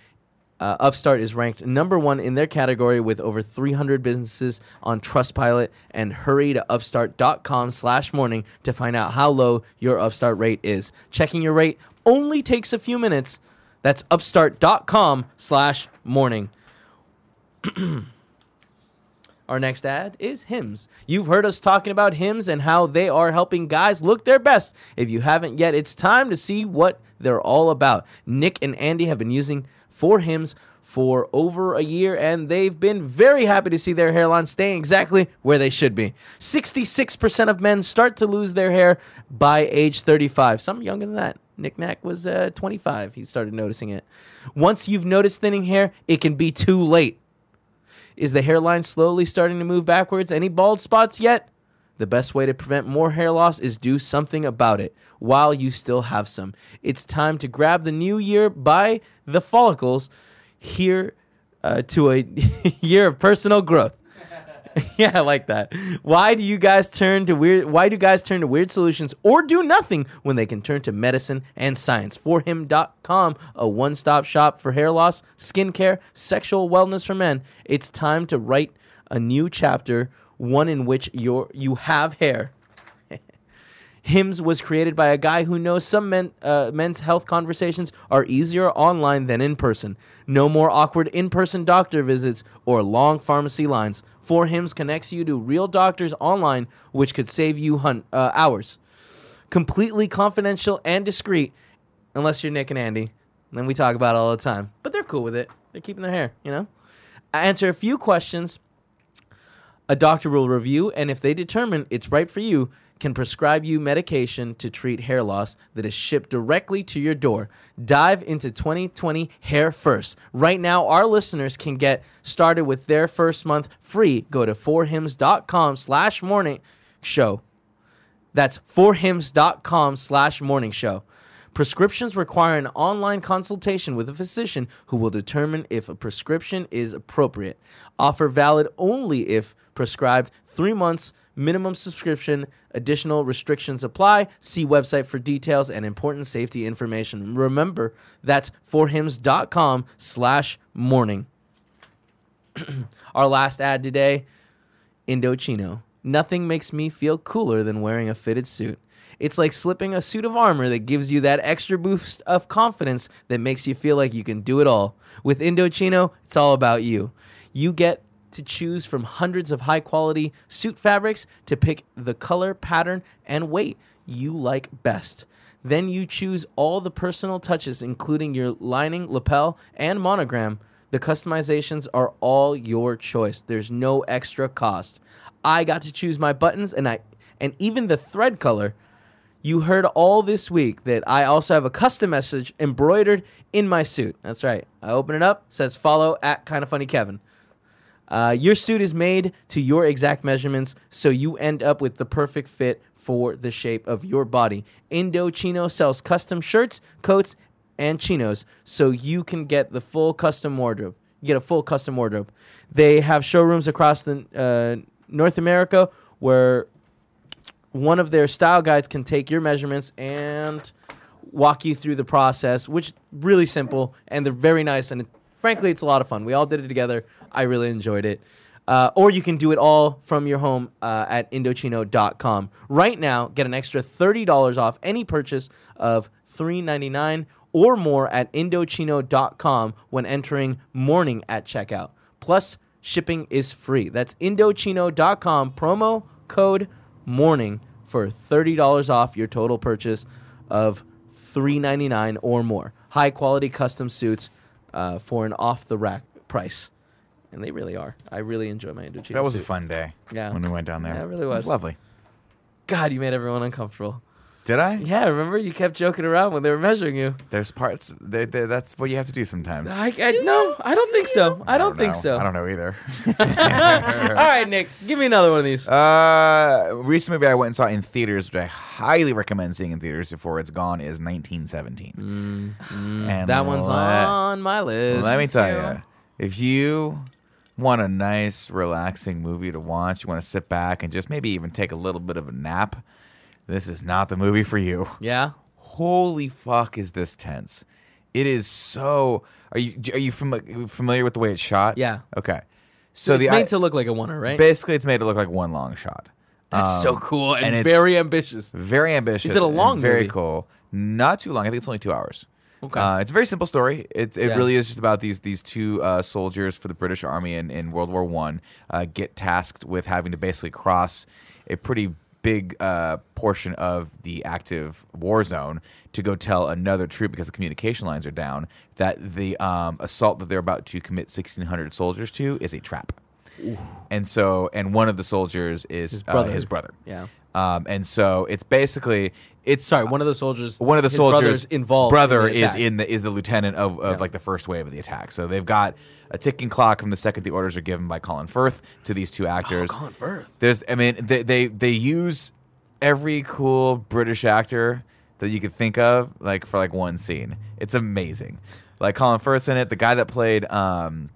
uh, upstart is ranked number one in their category with over 300 businesses on trustpilot and hurry to upstart.com slash morning to find out how low your upstart rate is checking your rate only takes a few minutes that's upstart.com slash morning our next ad is Hims. You've heard us talking about Hims and how they are helping guys look their best. If you haven't yet, it's time to see what they're all about. Nick and Andy have been using for Hims for over a year and they've been very happy to see their hairline staying exactly where they should be. 66% of men start to lose their hair by age 35. Some younger than that. Nick Nack was uh, 25. He started noticing it. Once you've noticed thinning hair, it can be too late. Is the hairline slowly starting to move backwards? Any bald spots yet? The best way to prevent more hair loss is do something about it while you still have some. It's time to grab the new year by the follicles here uh, to a *laughs* year of personal growth. *laughs* yeah, I like that. Why do you guys turn to weird why do guys turn to weird solutions or do nothing when they can turn to medicine and science? Forhim.com, a one-stop shop for hair loss, skincare, sexual wellness for men. It's time to write a new chapter, one in which you you have hair. Hims was created by a guy who knows some men, uh, men's health conversations are easier online than in person. No more awkward in person doctor visits or long pharmacy lines. 4 Hims connects you to real doctors online, which could save you hun- uh, hours. Completely confidential and discreet, unless you're Nick and Andy. And then we talk about it all the time. But they're cool with it. They're keeping their hair, you know? I answer a few questions A doctor will review, and if they determine it's right for you, can prescribe you medication to treat hair loss that is shipped directly to your door. Dive into 2020 hair first. Right now, our listeners can get started with their first month free. Go to forhims.com slash morning show that's forhims.com slash morning show. Prescriptions require an online consultation with a physician who will determine if a prescription is appropriate. Offer valid only if prescribed three months minimum subscription. Additional restrictions apply. See website for details and important safety information. Remember, that's forhims.com slash morning. *clears throat* Our last ad today Indochino. Nothing makes me feel cooler than wearing a fitted suit. It's like slipping a suit of armor that gives you that extra boost of confidence that makes you feel like you can do it all. With Indochino, it's all about you. You get to choose from hundreds of high quality suit fabrics to pick the color, pattern, and weight you like best. Then you choose all the personal touches, including your lining, lapel, and monogram. The customizations are all your choice. There's no extra cost. I got to choose my buttons and I and even the thread color. You heard all this week that I also have a custom message embroidered in my suit. That's right. I open it up, says follow at kind of funny Kevin. Uh, your suit is made to your exact measurements, so you end up with the perfect fit for the shape of your body. Indochino sells custom shirts, coats, and chinos, so you can get the full custom wardrobe. You get a full custom wardrobe. They have showrooms across the uh, North America where one of their style guides can take your measurements and walk you through the process, which really simple and they're very nice and frankly it's a lot of fun. We all did it together. I really enjoyed it. Uh, or you can do it all from your home uh, at Indochino.com. Right now, get an extra $30 off any purchase of $3.99 or more at Indochino.com when entering morning at checkout. Plus, shipping is free. That's Indochino.com, promo code morning for $30 off your total purchase of $3.99 or more. High quality custom suits uh, for an off the rack price. And they really are. I really enjoy my Indochino.
That was a
suit.
fun day.
Yeah.
When we went down there.
Yeah, it really
It
was.
was lovely.
God, you made everyone uncomfortable.
Did I?
Yeah, remember you kept joking around when they were measuring you.
There's parts. They, they, that's what you have to do sometimes.
I, I no, I don't think so. I don't think
know.
so.
I don't
*laughs*
know either.
All right, Nick, give me another one of these.
uh, recent movie I went and saw in theaters, which I highly recommend seeing in theaters before it's gone, is 1917. and
Mm, that one's
let-
on my list.
Let me tell you, if you want a nice, relaxing movie to watch, you want to sit back and just maybe even take a little bit of a nap, this is not the movie for you.
yeah.
holy fuck is this tense it is so are you are you fam- familiar with the way it's shot
Yeah.
okay so
it's
the
made
I-
to look like a oneer, right?
basically it's made to look like one long shot
That's so
Um,
cool and,
and it's-
very ambitious.
very ambitious
Is it a
and
long
very
movie?
cool not too long i think it's only two hours
Okay.
Uh, it's a very simple story. It, it
Yeah.
really is just about these these two uh, soldiers for the British Army in, in World War One uh, get tasked with having to basically cross a pretty big uh, portion of the active war zone to go tell another troop because the communication lines are down that the um, assault that they're about to commit 1,600 soldiers to is a trap. And so, and one of the soldiers is his
brother.
Uh, his brother.
Yeah.
Um, and so it's basically it's uh,
Sorry, one of the soldiers.
one of the
his
soldiers
brother's involved.
brother
in the
is
attack.
in the is the lieutenant of, of
Yeah.
like the first wave of the attack so they've got a ticking clock from the second the orders are given by colin firth to these two actors
Colin Firth.
there's i mean they they, they use every cool british actor that you could think of like for like one scene it's amazing like colin firth's in it the guy that played um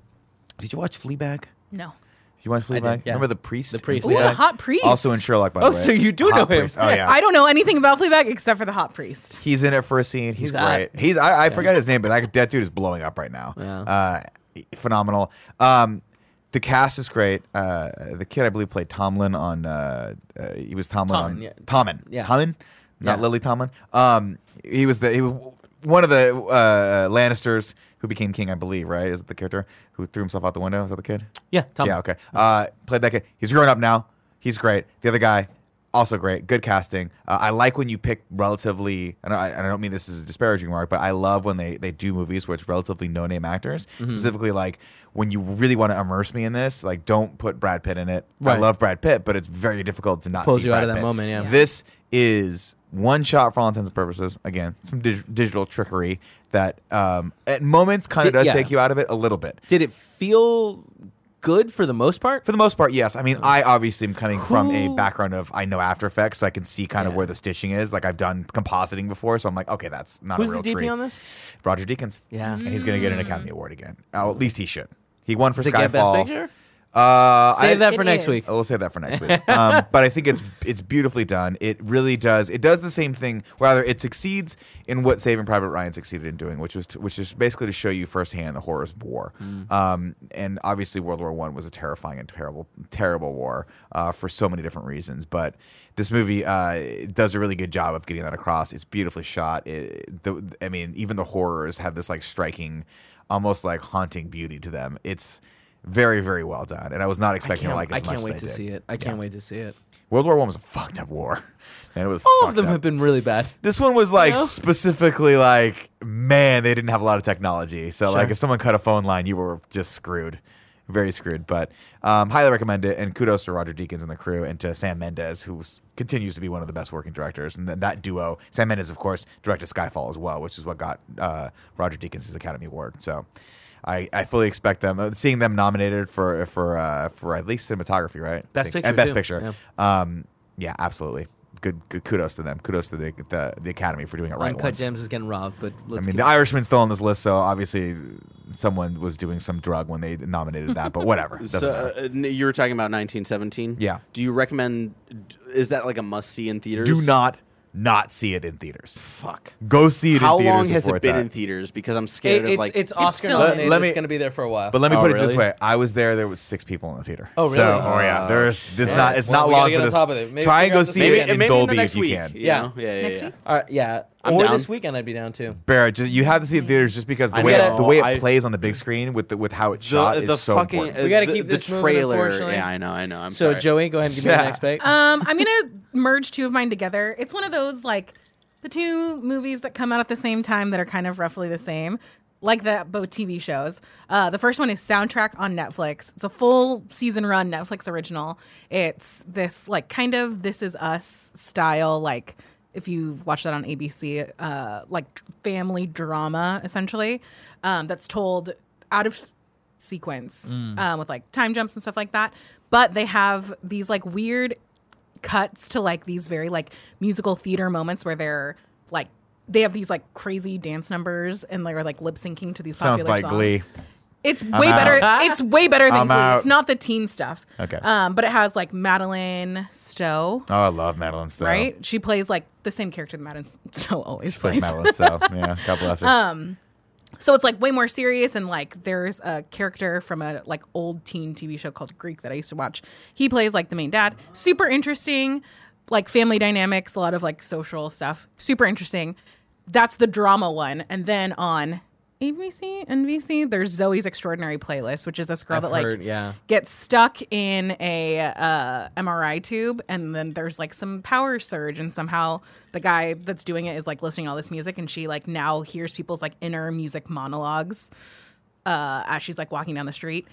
did you watch fleabag did
No.
you watch
did,
fleabag
yeah.
remember the priest
The
in
priest,
Ooh, the
Yeah.
hot priest.
also in sherlock by
Oh,
the way
so you do
Hot
know him.
priest. oh yeah
I don't know anything about Fleabag except for the hot priest.
He's in it for a scene. He's,
He's hot.
great. He's I, I forgot his name, but I, could- that dude is blowing up right now.
Yeah.
Uh, phenomenal. Um, the cast is great. Uh, the kid I believe played Tomlin on. Uh, uh, he was Tomlin
Tomlin,
on
yeah.
Tomlin.
Yeah.
Tomlin, not
Yeah.
Lily Tomlin. Um, he was the he was one of the uh, Lannisters who became king, I believe. Right? Is it the character who threw himself out the window? Is that the kid?
Yeah, Tom.
Yeah, okay. Uh, played that kid. He's grown up now. He's great. The other guy, Also great, good casting. Uh, I like when you pick relatively, and I, and I don't mean this as a disparaging remark, but I love when they, they do movies where it's relatively no name actors.
Mm-hmm.
Specifically, like when you really want to immerse me in this, like don't put Brad Pitt in it. I
Right.
love Brad Pitt, but it's very difficult to not
Pulls
see
you out
Brad
of that
Pitt.
moment, yeah.
This is one shot for all intents and purposes. Again, some dig- digital trickery that um, at moments kind of
Di-
does
yeah.
take you out of it a little bit.
Did it feel good for the most part?
For the most part, yes. I mean, I obviously am coming from a
Who-
background of I know After Effects, so I can see kind of
Yeah.
where the stitching is. Like I've done compositing before, so I'm like, okay, that's not
Who's
a
the
real
DP
treat.
on this?
Roger Deakins.
Yeah.
and he's gonna get an Academy Award again. Oh, at least he should. He won for
Does it
Skyfall.
get Best Picture?
Uh, I-
Save that
It
for next
is.
week.
I will save that for next week. Um, *laughs* but I think it's it's beautifully done. It really does. It does the same thing. Rather, it succeeds in what Saving Private Ryan succeeded in doing, which was to, which is basically to show you firsthand the horrors of war. Um, and obviously, World War One was a terrifying and terrible terrible war uh, for so many different reasons. But this movie uh, does a really good job of getting that across. It's beautifully shot. It, the, I mean, even the horrors have this like striking, almost like haunting beauty to them. It's very, very well done, and I was not
I
expecting
can't,
to like it
I
as much
can't
as
wait
I
to
did.
see it. I can't wait to see it.
World War One was a fucked up war, and it was
All of
fucked
them
up.
have been really bad.
This one was like
know?
specifically like man, they didn't have a lot of technology, so like
Sure.
if someone cut a phone line, you were just screwed, very screwed. But um, highly recommend it, and kudos to Roger Deakins and the crew, and to Sam Mendes, who s- continues to be one of the best working directors, and then that duo, Sam Mendes, of course, directed Skyfall as well, which is what got uh, Roger Deakins his Academy Award. So. I, I fully expect them uh, seeing them nominated for for uh, for at least cinematography, right?
Best
think.
Picture,
and best
too.
picture. Um, yeah, absolutely. Good, good kudos to them. Kudos to the the, the academy for doing it right.
Uncut
once.
Gems is getting robbed, but
I
let's
mean,
keep-
the Irishman's still on this list, so obviously someone was doing some drug when they nominated that. But
*laughs*
whatever. Doesn't
So
matter.
uh, n- you were talking about 1917.
Yeah.
Do you recommend? d- Is that like a must see in theaters?
Do not not see it in theaters.
Fuck.
Go see it.
How
in theaters
long has
before
it
it's
been
out.
in theaters? Because I'm
It-
scared
it's,
of like
it's Oscar
still-
nominated.
Let me-
it's going to be there for a while.
But let me
Oh,
put it this
really?
way: I was there. There was six people in the theater.
Oh,
So,
really?
oh yeah, there's this
shit.
not. It's
Well,
not
we gotta
long
get
for
on
this.
top of it. Maybe
Try and
figure
go
out this
see
weekend.
it in
maybe
Dolby
the
if
next
you
week.
can.
you
Yeah.
know? yeah, yeah,
Next
yeah.
week?
All right, yeah,
I'm
or
down.
this weekend I'd be down too.
Barrett, just, you have to see it in theaters just because the
I
way
Mm. know.
it, the way it
I-
plays on the big screen with the, with how it's
The,
shot is
the
so
fucking
important.
uh,
We gotta
the-
keep this
the
moving,
trailer.
unfortunately.
yeah, I know, I know. I'm
So
sorry.
Joey, go ahead and give me
Yeah.
the next pick.
Um, I'm gonna merge two of mine together. It's one of those like the two movies that come out at the same time that are kind of roughly the same, like the both TV shows. Uh, the first one is Soundtrack on Netflix. It's a full season run Netflix original. It's this like kind of This Is Us style like. If you watch that on ABC, uh, like family drama essentially, um, that's told out of sequence um, with like time jumps and stuff like that. But they have these like weird cuts to like these very like musical theater moments where they're like they have these like crazy dance numbers and they're like lip syncing to these
Sounds
popular
like
songs.
Glee.
It's way better.
out.
It's way better than
I'm
Glee.
out.
It's not the teen stuff.
Okay.
Um, but it has like Madeline Stowe,
Oh, I love Madeline Stowe.
right? She plays like the same character that Madeline Stowe always
She plays
plays.
Madeline Stowe. Yeah, God bless her.
Um, So it's like way more serious and like there's a character from a like old teen TV show called Greek that I used to watch. He plays like the main dad. Super interesting, like family dynamics, a lot of like social stuff. Super interesting. That's the drama one. And then on ABC, NBC, there's Zoe's Extraordinary Playlist, which is this girl
I've
that like
heard, yeah.
gets stuck in a uh, MRI tube, and then there's like some power surge, and somehow the guy that's doing it is like listening to all this music, and she like now hears people's like inner music monologues uh, as she's like walking down the street.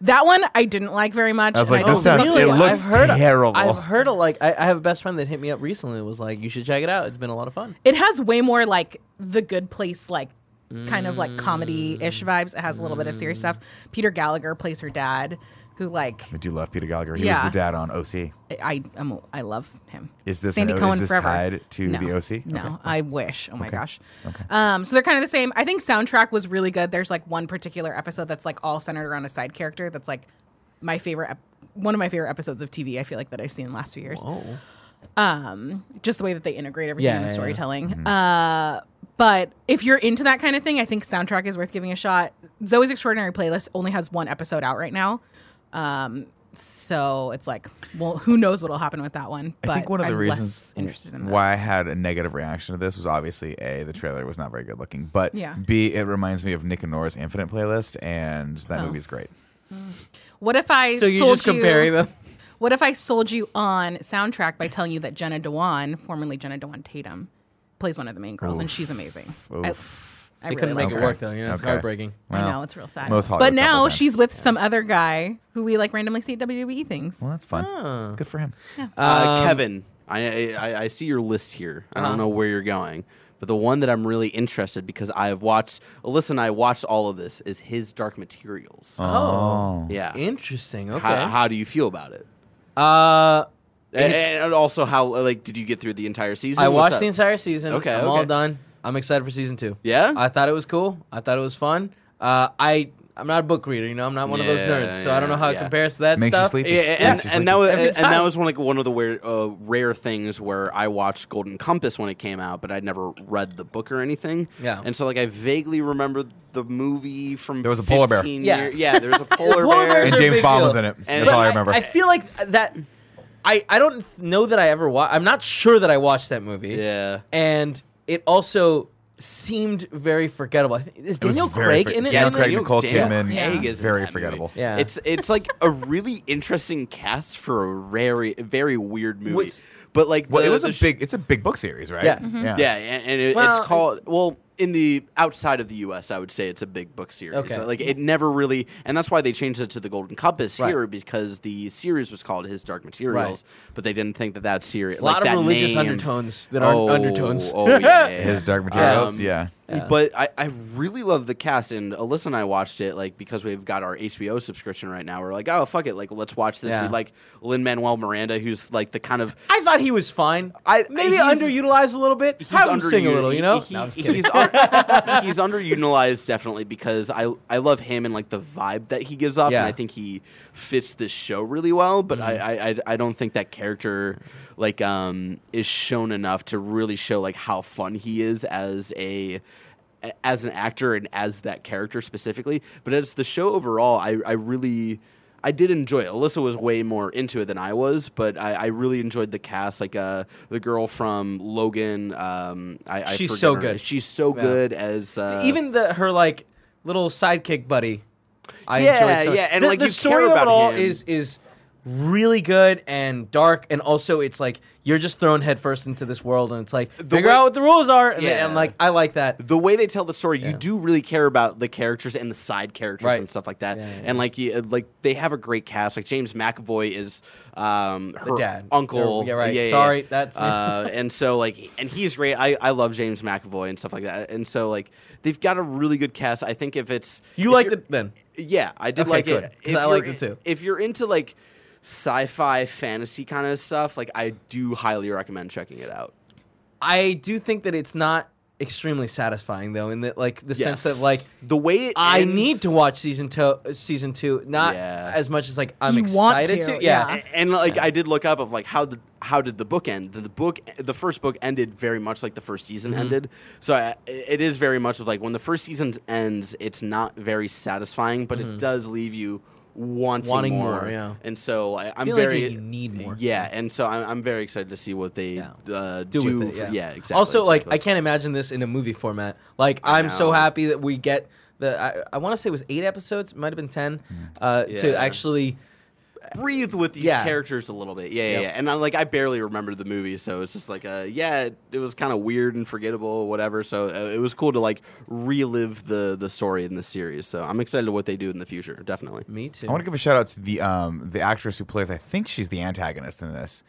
That one I didn't like very much.
I was
and
like,
don't
this sounds-
think-
it looks terrible.
I've heard a, like I, I have a best friend that hit me up recently. and Was like, you should check it out. It's been a lot of fun.
It has way more like the good place, like kind of like comedy ish
Mm.
vibes. It has a little bit of serious stuff. Peter Gallagher plays her dad, who like
I do love Peter Gallagher. He
Yeah.
was the dad on OC.
I I'm, I love him.
Is this
Sandy
an- is
Cohen
this
forever.
tied to
no,
the OC?
No,
Okay.
I wish. Oh my gosh. Um, so they're kind of the same. I think soundtrack was really good. There's like one particular episode that's like all centered around a side character. That's like my favorite. Ep- one of my favorite episodes of TV. I feel like that I've seen in the last few years
Oh,
um, just the way that they integrate everything
Yeah,
in the
yeah, yeah.
storytelling. Uh, but if you're into that kind of thing, I think soundtrack is worth giving a shot. Zoe's Extraordinary Playlist only has one episode out right now. Um, so it's like, well, who knows what'll happen with that one? But
I think one of the
am
reasons
less interested in that.
why I had a negative reaction to this was obviously a the trailer was not very good looking, but
Yeah.
b it reminds me of Nick and Nora's
Oh.
Infinite playlist, and that movie's great.
What if I
so you
sold
just compare
you?
him?
What if I sold you on soundtrack by telling you that Jenna Dewan, formerly Jenna Dewan Tatum, plays one of the main girls, and she's amazing. I, I
*laughs* They
really
couldn't
like
make it
her.
work though. You know, it's
Okay.
heartbreaking.
I
Well,
know it's real sad.
most Hollywood
but now
couples have.
she's with some other guy who we like randomly see at WWE things.
Well, that's fun. Good for him.
Uh,
um,
Kevin, I, I I see your list here. I
Uh-huh.
don't know where you're going, but the one that I'm really interested because I have watched. Alyssa and I watched all of this. Is his Dark Materials?
Oh,
yeah.
interesting. Okay.
How, how do you feel about it?
uh,
A- And, also, how like did you get through the entire season?
I
What's
watched
up?
the entire season.
Okay,
I'm all
okay.
done. I'm excited for season two.
Yeah?
I thought it was cool. I thought it was fun. Uh, I I'm not a book reader. You know, I'm not one of those
Yeah,
nerds, so I don't know
yeah,
how it
yeah.
compares to that
Makes you
stuff.
sleepy.
Yeah, and,
Makes you
and that
sleepy.
was
Every
and that
time.
was one like one of the weird, uh, rare things where I watched Golden Compass when it came out, but I'd never read the book or anything.
Yeah.
and so like I vaguely remember the movie from
There was a polar bear.
15
Yeah.
year- yeah,
*laughs*
there was a polar,
polar
bear.
bears
And
are a
James
big
Bond
deal.
was in it. That's
But
all I
I-
remember.
I feel like that. I I don't know that I ever watched. I'm not sure that I watched that movie.
Yeah.
and it also seemed very forgettable. I think, is
was
Daniel
very
Craig
forg-
in it?
Daniel
And
Craig,
then-
Nicole
Daniel
Kidman,
Craig
yeah.
is in
very
that movie.
forgettable.
Yeah.
it's it's like a really interesting cast for a very very weird movie.
What's-
but like
Well,
the-
it was
the
a
sh-
big. It's a big book series, right?
Yeah.
Mm-hmm.
Yeah.
Yeah, and, and it,
Well,
it's called well in the outside of the U.S. I would say it's a big book series.
Okay.
So, like it never really, and that's why they changed it to the Golden Compass
Right.
here because the series was called His Dark Materials, but they didn't think that that series
A lot
like,
of
that
religious
name-
undertones that aren't
Oh,
undertones.
Oh yeah, yeah, yeah.
His Dark Materials.
Um,
yeah.
But I, I really love the cast, and Alyssa and I watched it like because we've got our HBO subscription right now. We're like, oh fuck it, like let's watch this.
Yeah.
We like Lin Manuel Miranda, who's like the kind of
I thought he was fine.
I-
maybe
he's-
underutilized a little bit.
he's
Have him sing a
underutil-
little, you know.
he-
No, I'm just
he-
kidding.
he's,
*laughs*
un- he's underutilized definitely because I I love him and like the vibe that he gives off,
Yeah. Mm-hmm.
and I think he fits this show really well. But I, I- I I don't think that character like um is shown enough to really show like how fun he is as a as an actor and as that character specifically. But as the show overall, I I really. I did enjoy it. Alyssa was way more into it than I was, but I, I really enjoyed the cast. Like uh, the girl from Logan, um, I, I
She's
forget
so
her-
good.
She's so
Yeah.
good as uh,
even the her like little sidekick buddy. I
Yeah,
enjoyed so much.
yeah, and,
the,
like,
the
you
story
care
of
about
it all
him.
is is really good and dark, and also it's like you're just thrown headfirst into this world, and it's like figure
way-
out what the rules are, and,
Yeah.
and like I like that.
the way they tell the story, you
Yeah.
do really care about the characters and the side characters
Right.
and stuff like that.
Yeah, yeah,
And like, you, like they have a great cast. Like James McAvoy is um, her
dad.
uncle.
Or- yeah, right. Sorry, that's-
uh, and so like, and he's great. I, I love James McAvoy and stuff like that. And so like, they've got a really good cast. I think if it's
You
if
liked
you're-
it then?
Yeah, I did
Okay,
like
good,
it.
'cause
If
I
you're-
liked it too.
If you're into like sci-fi fantasy kind of stuff, like I do highly recommend checking it out.
I do think that it's not extremely satisfying though, in that like the sense that like
the way it
I
ends-
need to watch season two, season two, not
Yeah.
as much as like I'm
You want
excited
to,
to. Yeah,
A- and like I did look up of like how the how did the book end? The, the book the first book ended very much like the first season
Mm-hmm.
ended. So I, it is very much of like when the first season ends, it's not very satisfying, but it does leave you wanting,
Mm-hmm. Wanting
more.
more, yeah.
And so I, I'm
feel like
very
you need more.
Yeah, and so I'm, I'm very excited to see what they
Yeah.
uh, do.
do, with
for-
it. Yeah.
exactly.
Also, like I
exactly.
can't imagine this in a movie format. Like I'm so
know.
happy that we get the. I, I want to say it was eight episodes, it might have been ten,
Hmm.
uh,
Yeah.
to actually.
breathe with these
Yeah.
characters a little bit. Yeah, yeah,
Yep.
yeah. And I like I barely remember the movie, so it's just like uh yeah, it, it was kind of weird and forgettable, whatever. So uh, it was cool to like relive the the story in the series. So I'm excited to what they do in the future, definitely.
Me too.
I want to give a shout out to the um the actress who plays. I think she's the antagonist in this.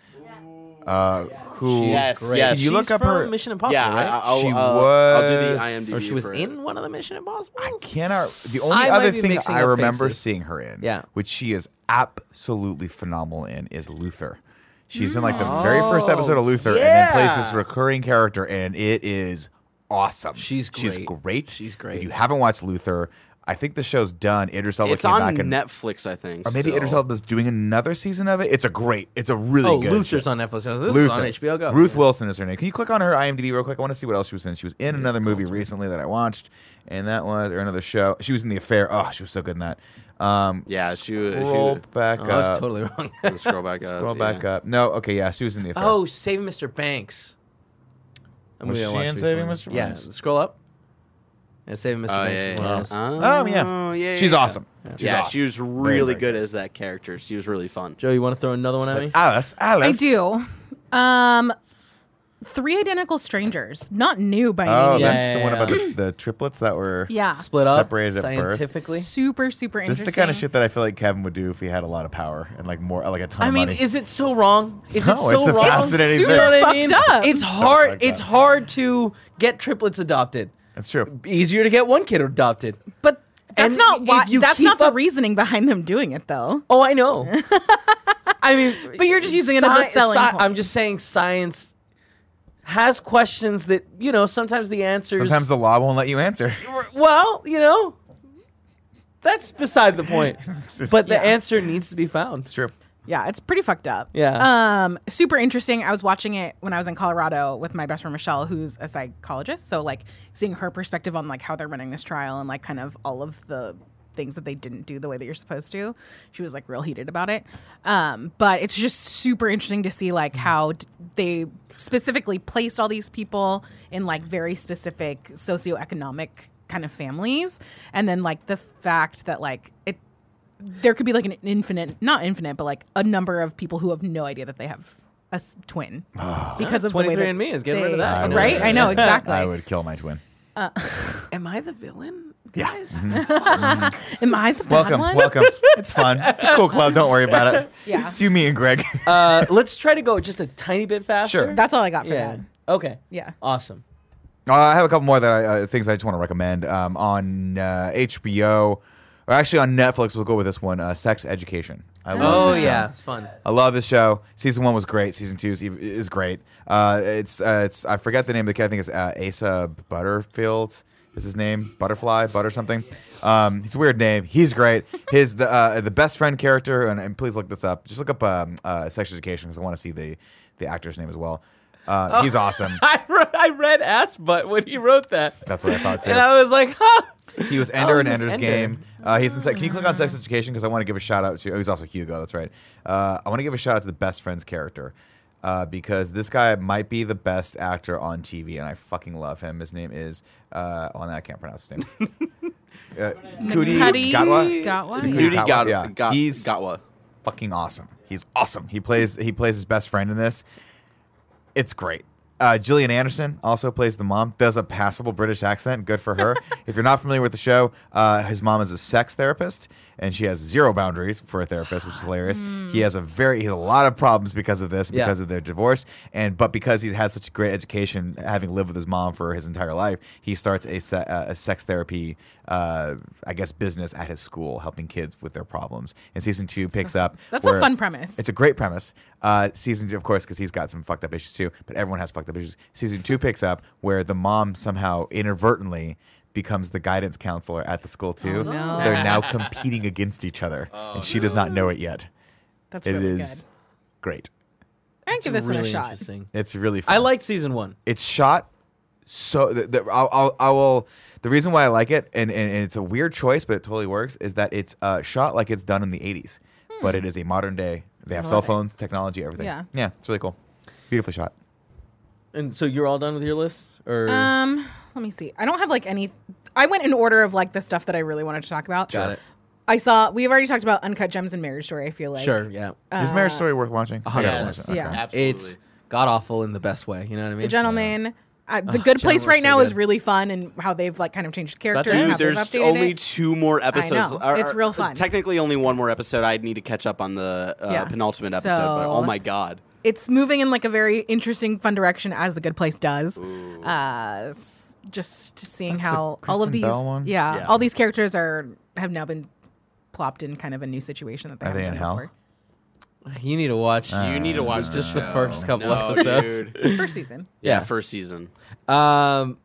Uh, who?
She's
Yes,
great.
yes.
She's
You look up
from
her-
Mission Impossible,
yeah,
right?
I, will
She was-
I'll do the
or
IMDb.
she was
for it.
in one of the Mission Impossible. I
Cannot. The only
I might
other
be
thing
mixing
I
up
remember
faces.
seeing her in,
Yeah.
which she is absolutely phenomenal in, is Luther. She's in like the very
Oh,
first episode of Luther, and then plays this
yeah.
recurring character, and it is awesome.
She's
She's
great.
great.
She's
If
great.
you haven't watched Luther, I think the show's done. Idris Elba
It's
came
on
back and
Netflix, I think.
or maybe
still.
Idris Elba's doing another season of it. It's a great. It's a really
Oh,
good.
Luther's
show.
on Netflix. This is on HBO Go.
Ruth Wilson is her name. Can you click on her IMDb real quick? I want to see what else she was in. She was in another movie recently that I watched, and that was or another show. She was in The Affair. Oh, she was so good in that. Um,
Yeah, she was.
scroll
She,
back
Oh,
up.
I was totally wrong.
scroll back up.
uh, Scroll
yeah.
back up. No, okay, yeah, she was in The Affair.
oh, Saving Mr. Banks. I'm
Was
gonna
she
watch
in
these
Saving
ones.
Mr. Banks?
Yeah, scroll up. And saving Mr.
Oh,
Banks
yeah,
as
yeah,
well.
yeah.
Oh, yeah.
Oh,
She's
yeah.
awesome. She's
yeah,
awesome.
she was really
very
good
good.
as that character. She was really fun.
Joe, you want to throw another one at me?
Alice, Alice.
I do. Um, three identical strangers, not new by any
Oh,
means.
Yeah,
that's the
yeah,
one
yeah.
about the, the triplets that were.
Yeah.
Split up,
Separated at birth.
scientifically.
Super, super
This
interesting.
is the kind of shit that I feel like Kevin would do if he had a lot of power and like more, like a ton
I
of
mean,
money.
is it so wrong? Is it
No,
so
it's a
wrong?
fascinating
You know
thing.
what I
Fucked
mean?
up.
It's
So
hard.
fucked
it's
up.
hard to get triplets adopted.
That's true.
Easier to get one kid adopted.
but that's
And
not
if
why.
you
That's
keep
not the
up-
reasoning behind them doing it, though.
Oh, I know. I mean,
But you're just using it as a
sci-
selling
sci-
point.
I'm just saying science has questions that you know sometimes the answers.
Sometimes the law won't let you answer. *laughs*
well, you know, that's beside the
*laughs*
point.
just-
but the
Yeah.
answer needs to be found.
It's true.
Yeah, it's pretty fucked up.
Yeah.
Um, super interesting. I was watching it when I was in Colorado with my best friend Michelle, who's a psychologist. So like seeing her perspective on like how they're running this trial and like kind of all of the things that they didn't do the way that you're supposed to. She was like real heated about it. Um, but it's just super interesting to see like how d- they specifically placed all these people in like very specific socioeconomic kind of families and then like the fact that like it there could be like an infinite, not infinite, but like a number of people who have no idea that they have a s- twin
Ah,
because of the way that
23andMe is getting rid of
they-
that. *laughs* I
would-
right? I know exactly.
*laughs* I would kill my twin.
Am I the villain,
Yeah. Mm-hmm.
guys?
*laughs* Am I the bad
Welcome,
one?
welcome. It's fun. It's a cool club. Don't worry about it.
*laughs* Yeah.
It's you, me, and Greg. *laughs*
Uh, let's try to go just a tiny bit faster.
Sure.
That's all I got for
yeah.
that.
Okay.
Yeah.
Awesome.
Uh, I have a couple more that I, uh, things I just want to recommend um, on uh, HBO, or actually on Netflix. We'll go with this one: uh, Sex Education. I love
Oh
this show.
yeah, it's fun.
I love this show. Season one was great. Season two is, ev- is great. Uh, it's uh, it's I forget the name of the kid. I think it's uh, Asa Butterfield. Is his name Butterfly Butter something? Um, it's a weird name. He's great. His the uh, the best friend character, and, and please look this up. Just look up um, uh, Sex Education because I want to see the the actor's name as well. Uh, He's
Oh.
awesome.
*laughs* I, re- I read ass butt when he wrote that,
That's what I
*laughs*
thought too.
and I was like, huh.
He was
*laughs*
Ender
Oh,
in
he was Ender.
Ender's
Ah.
Game. Uh, he's in. Se- Can you click on Sex Education? Because I want to give a shout out to. Oh, he's also Hugo. That's right. Uh, I want to give a shout out to the best friend's character uh, because this guy might be the best actor on TV, and I fucking love him. His name is. Uh, oh, no, I can't pronounce his
*laughs*
name. uh, Kudi
Cuddy
Gatwa.
Gatwa,
Kudi
Nudie
yeah.
Gatwa,
got,
yeah.
got,
He's-
Gatwa.
fucking awesome. He's awesome. He plays he plays his best friend in this. It's great. Uh, Gillian Anderson also plays the mom. Does a passable British accent. Good for
*laughs*
her. if you're not familiar with the show, uh, his mom is a sex therapist, and she has zero boundaries for a therapist, which is hilarious.
Hmm.
He has a very he has a lot of problems because of this,
Yeah.
because of their divorce, and but because he's had such a great education, having lived with his mom for his entire life, he starts a, se- uh, a sex therapy, uh, I guess, business at his school, helping kids with their problems. And season two picks up.
That's a
where-
fun premise.
It's a great premise. Uh, season two, of course, because he's got some fucked up issues too, but everyone has fucked up issues. Season two picks up where the mom somehow inadvertently becomes the guidance counselor at the school too.
Oh, no.
So they're
*laughs*
now competing against each other, and she does not know it yet.
That's
It is
really good.
great.
I'd give this one a
Really
shot.
interesting.
It's really fun.
I liked season one.
it's shot so the, the, I'll, I'll, I will the reason why I like it and, and, and it's a weird choice but it totally works is that it's uh, shot like it's done in the 80s but it is a modern day they have cell
Hmm. love it.
phones technology everything
Yeah.
yeah it's really cool beautiful shot
And so you're all done with your list, or
Um, let me see. I don't have like any. I went in order of like the stuff that I really wanted to talk about.
Got it.
I saw we've already talked about Uncut Gems and Marriage Story. I feel like
sure, yeah,
is marriage story worth watching I gotta
Yes.
watch it.
Uh, Yeah.
Okay.
Absolutely.
it's god awful in the best way. You know what I mean?
The Gentleman. Uh, the Good Place
Gentleman's
right
so
now is
good.
really fun and how they've like kind of changed characters.
Dude,
and
Dude,
how they've
there's
updated
only
it.
two more episodes.
know. It's real fun.
Technically, only one more episode. I need to catch up on the uh,
Yeah.
penultimate episode. But
So-
oh my god,
it's moving in like a very interesting, fun direction as the Good Place does. Uh, s- just, just seeing
That's the
how all of
Kristen
these,
Bell one?
Yeah,
Yeah.
all these characters are have now been plopped in kind of a new situation that they
Are they
haven't
in
done
hell?
before.
you need to watch.
you need to watch this
just the
show.
first couple
No,
episodes.
dude.
First
*laughs*
season.
*laughs* Yeah.
Yeah, first season.
um,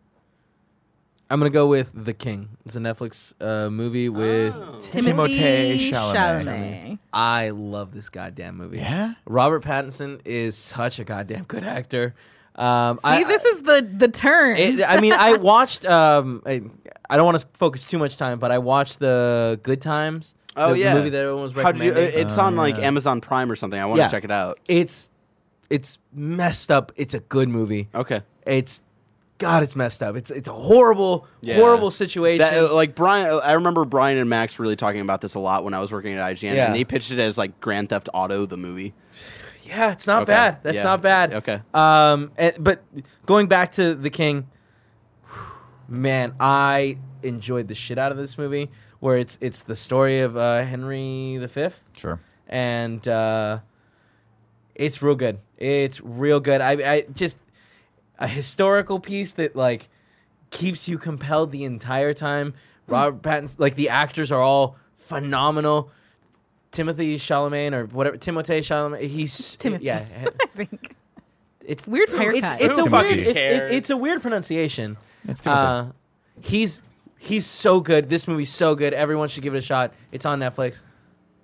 I'm gonna go with The King. It's a Netflix uh, movie with.
Oh.
Timothée Chalamet.
I love this goddamn movie.
Yeah?
Robert Pattinson is such a goddamn good actor. Um,
See, this is the the turn.
It, I mean, I watched. Um, I, I don't want to focus too much time, but I watched the Good Times.
Oh
the
yeah,
movie that everyone was
How did you-
recommending.
uh, it's on like Amazon Prime or something. I want
Oh, Yeah.
to check it out. Oh.
it's it's messed up. It's a good movie.
Okay.
It's God, it's messed up. It's it's a horrible,
Yeah.
horrible situation.
That, uh, like Brian, I remember Brian and Max really talking about this a lot when I was working at IGN,
Yeah.
and they pitched it as like Grand Theft Auto the movie.
yeah, it's not
Okay.
bad. That's
Yeah.
not bad.
Okay.
Um, and, but going back to the King, man, I enjoyed the shit out of this movie. Where it's it's the story of uh, Henry the Fifth.
Sure.
and uh, it's real good. It's real good. I, I just a historical piece that like keeps you compelled the entire time.
Hmm.
Robert Pattinson, like the actors are all phenomenal. Timothy Chalamet or whatever Timothée Chalamet, he's
Timothy.
yeah.
*laughs* I think
It's
*laughs* Weird
It's,
haircut.
it's a weird.
Who fucking
It's, it,
cares?
it's a weird pronunciation.
It's Timothée.
Uh, he's he's so good. This movie's so good. Everyone should give it a shot. It's on Netflix.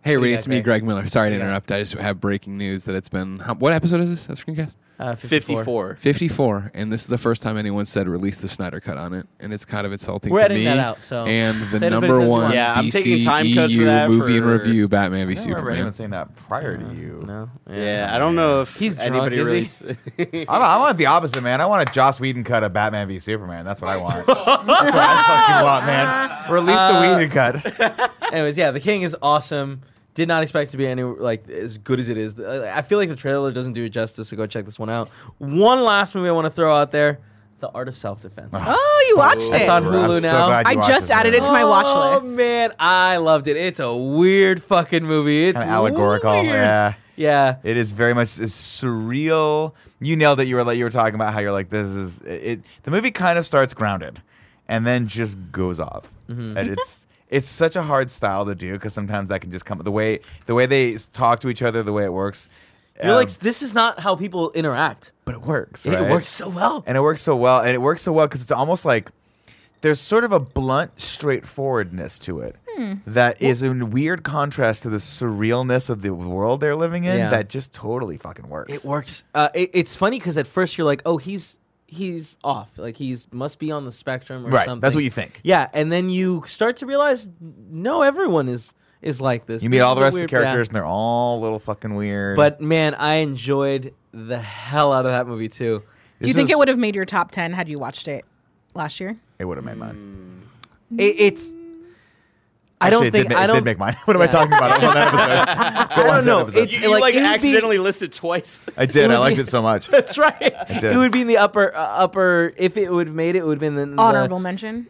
Hey,
What do
Reed,
you
it's
got,
me,
Greg?
Greg Miller. Sorry to interrupt. I just have breaking news that it's been. How, what episode is this of Screencast?
Uh, 54.
54.
54. And this is the first time anyone said release the Snyder Cut on it. And it's kind of insulting
We're
to
editing
me.
that out, so-
And
Say it
the
as many
number
times as you
one
want.
Yeah, I'm
DC
taking time code for
EU
that
movie and
for-
review, Batman v
I don't remember
Superman.
anyone saying that prior to you.
No.
Yeah, I don't know if
He's drunk,
anybody
is *laughs*
really.
I, I want the opposite, man. I want a Joss Whedon cut of Batman v Superman. That's what I *laughs* want. That's what I fucking want, man. Release the Whedon cut.
Anyways, yeah, The King is awesome. Did not expect to be any like as good as it is. I I feel like the trailer doesn't do it justice, so go check this one out. One last movie I want to throw out there: The Art of Self Defense.
Ah.
*laughs* oh, you watched
That's
it.
on Hulu
I'm so
now.
glad you
I
watched
just
this, man.
added it to my watch
Oh
list.
man, I loved it. It's a weird fucking movie. It's
Kinda allegorical.
weird.
Yeah.
yeah.
It is very much it's surreal. You nailed it. You were like you were talking about how you're like this is it. The movie kind of starts grounded, and then just goes off, and it's it's such a hard style to do because sometimes that can just come the way the way they s- talk to each other, the way it works.
You're
um,
like, this is not how people interact.
but it works.
It
right?
works so well.
and it works so well, and it works so well because it's almost like there's sort of a blunt straightforwardness to it that is in weird contrast to the surrealness of the world they're living in.
Yeah.
That just totally fucking works.
It works. Uh, it, it's funny because at first you're like, oh, he's he's off. Like he's must be on the spectrum or
Right,
something.
that's what you think.
Yeah, and then you start to realize, no, everyone is is like this.
You meet
This
all
is
the
a
rest of the
weird- yeah.
characters, and they're all a little fucking weird.
But man, I enjoyed the hell out of that movie too.
Do you think it would have made your top ten had you watched it last year?
It would have made mine.
It, it's. I
Actually,
don't
it
think
did ma-
I
it
don't. *laughs*
did make mine. *laughs* What am I talking about? It was on that episode. Go
I
watch
don't
that
know.
episode.
It's-
you
like,
like,
it would be-
accidentally listed twice.
I did.
would
I liked
be-
it
*laughs*
so much.
That's
*laughs*
right. It,
did.
would be in the upper uh, upper. If it would have made it, it would have been the the
Honorable mention.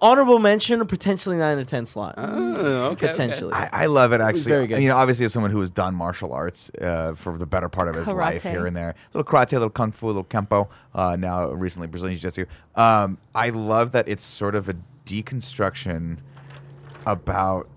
honorable mention, or potentially nine or ten slot. potentially.
Oh, I, I love it actually.
very good.
You know, obviously, as someone who has done martial arts uh, for the better part of his life
Karate.
here and there, little karate, little kung fu, little kempo. Uh, now, recently, Brazilian jiu-jitsu. Um, I love that it's sort of a deconstruction about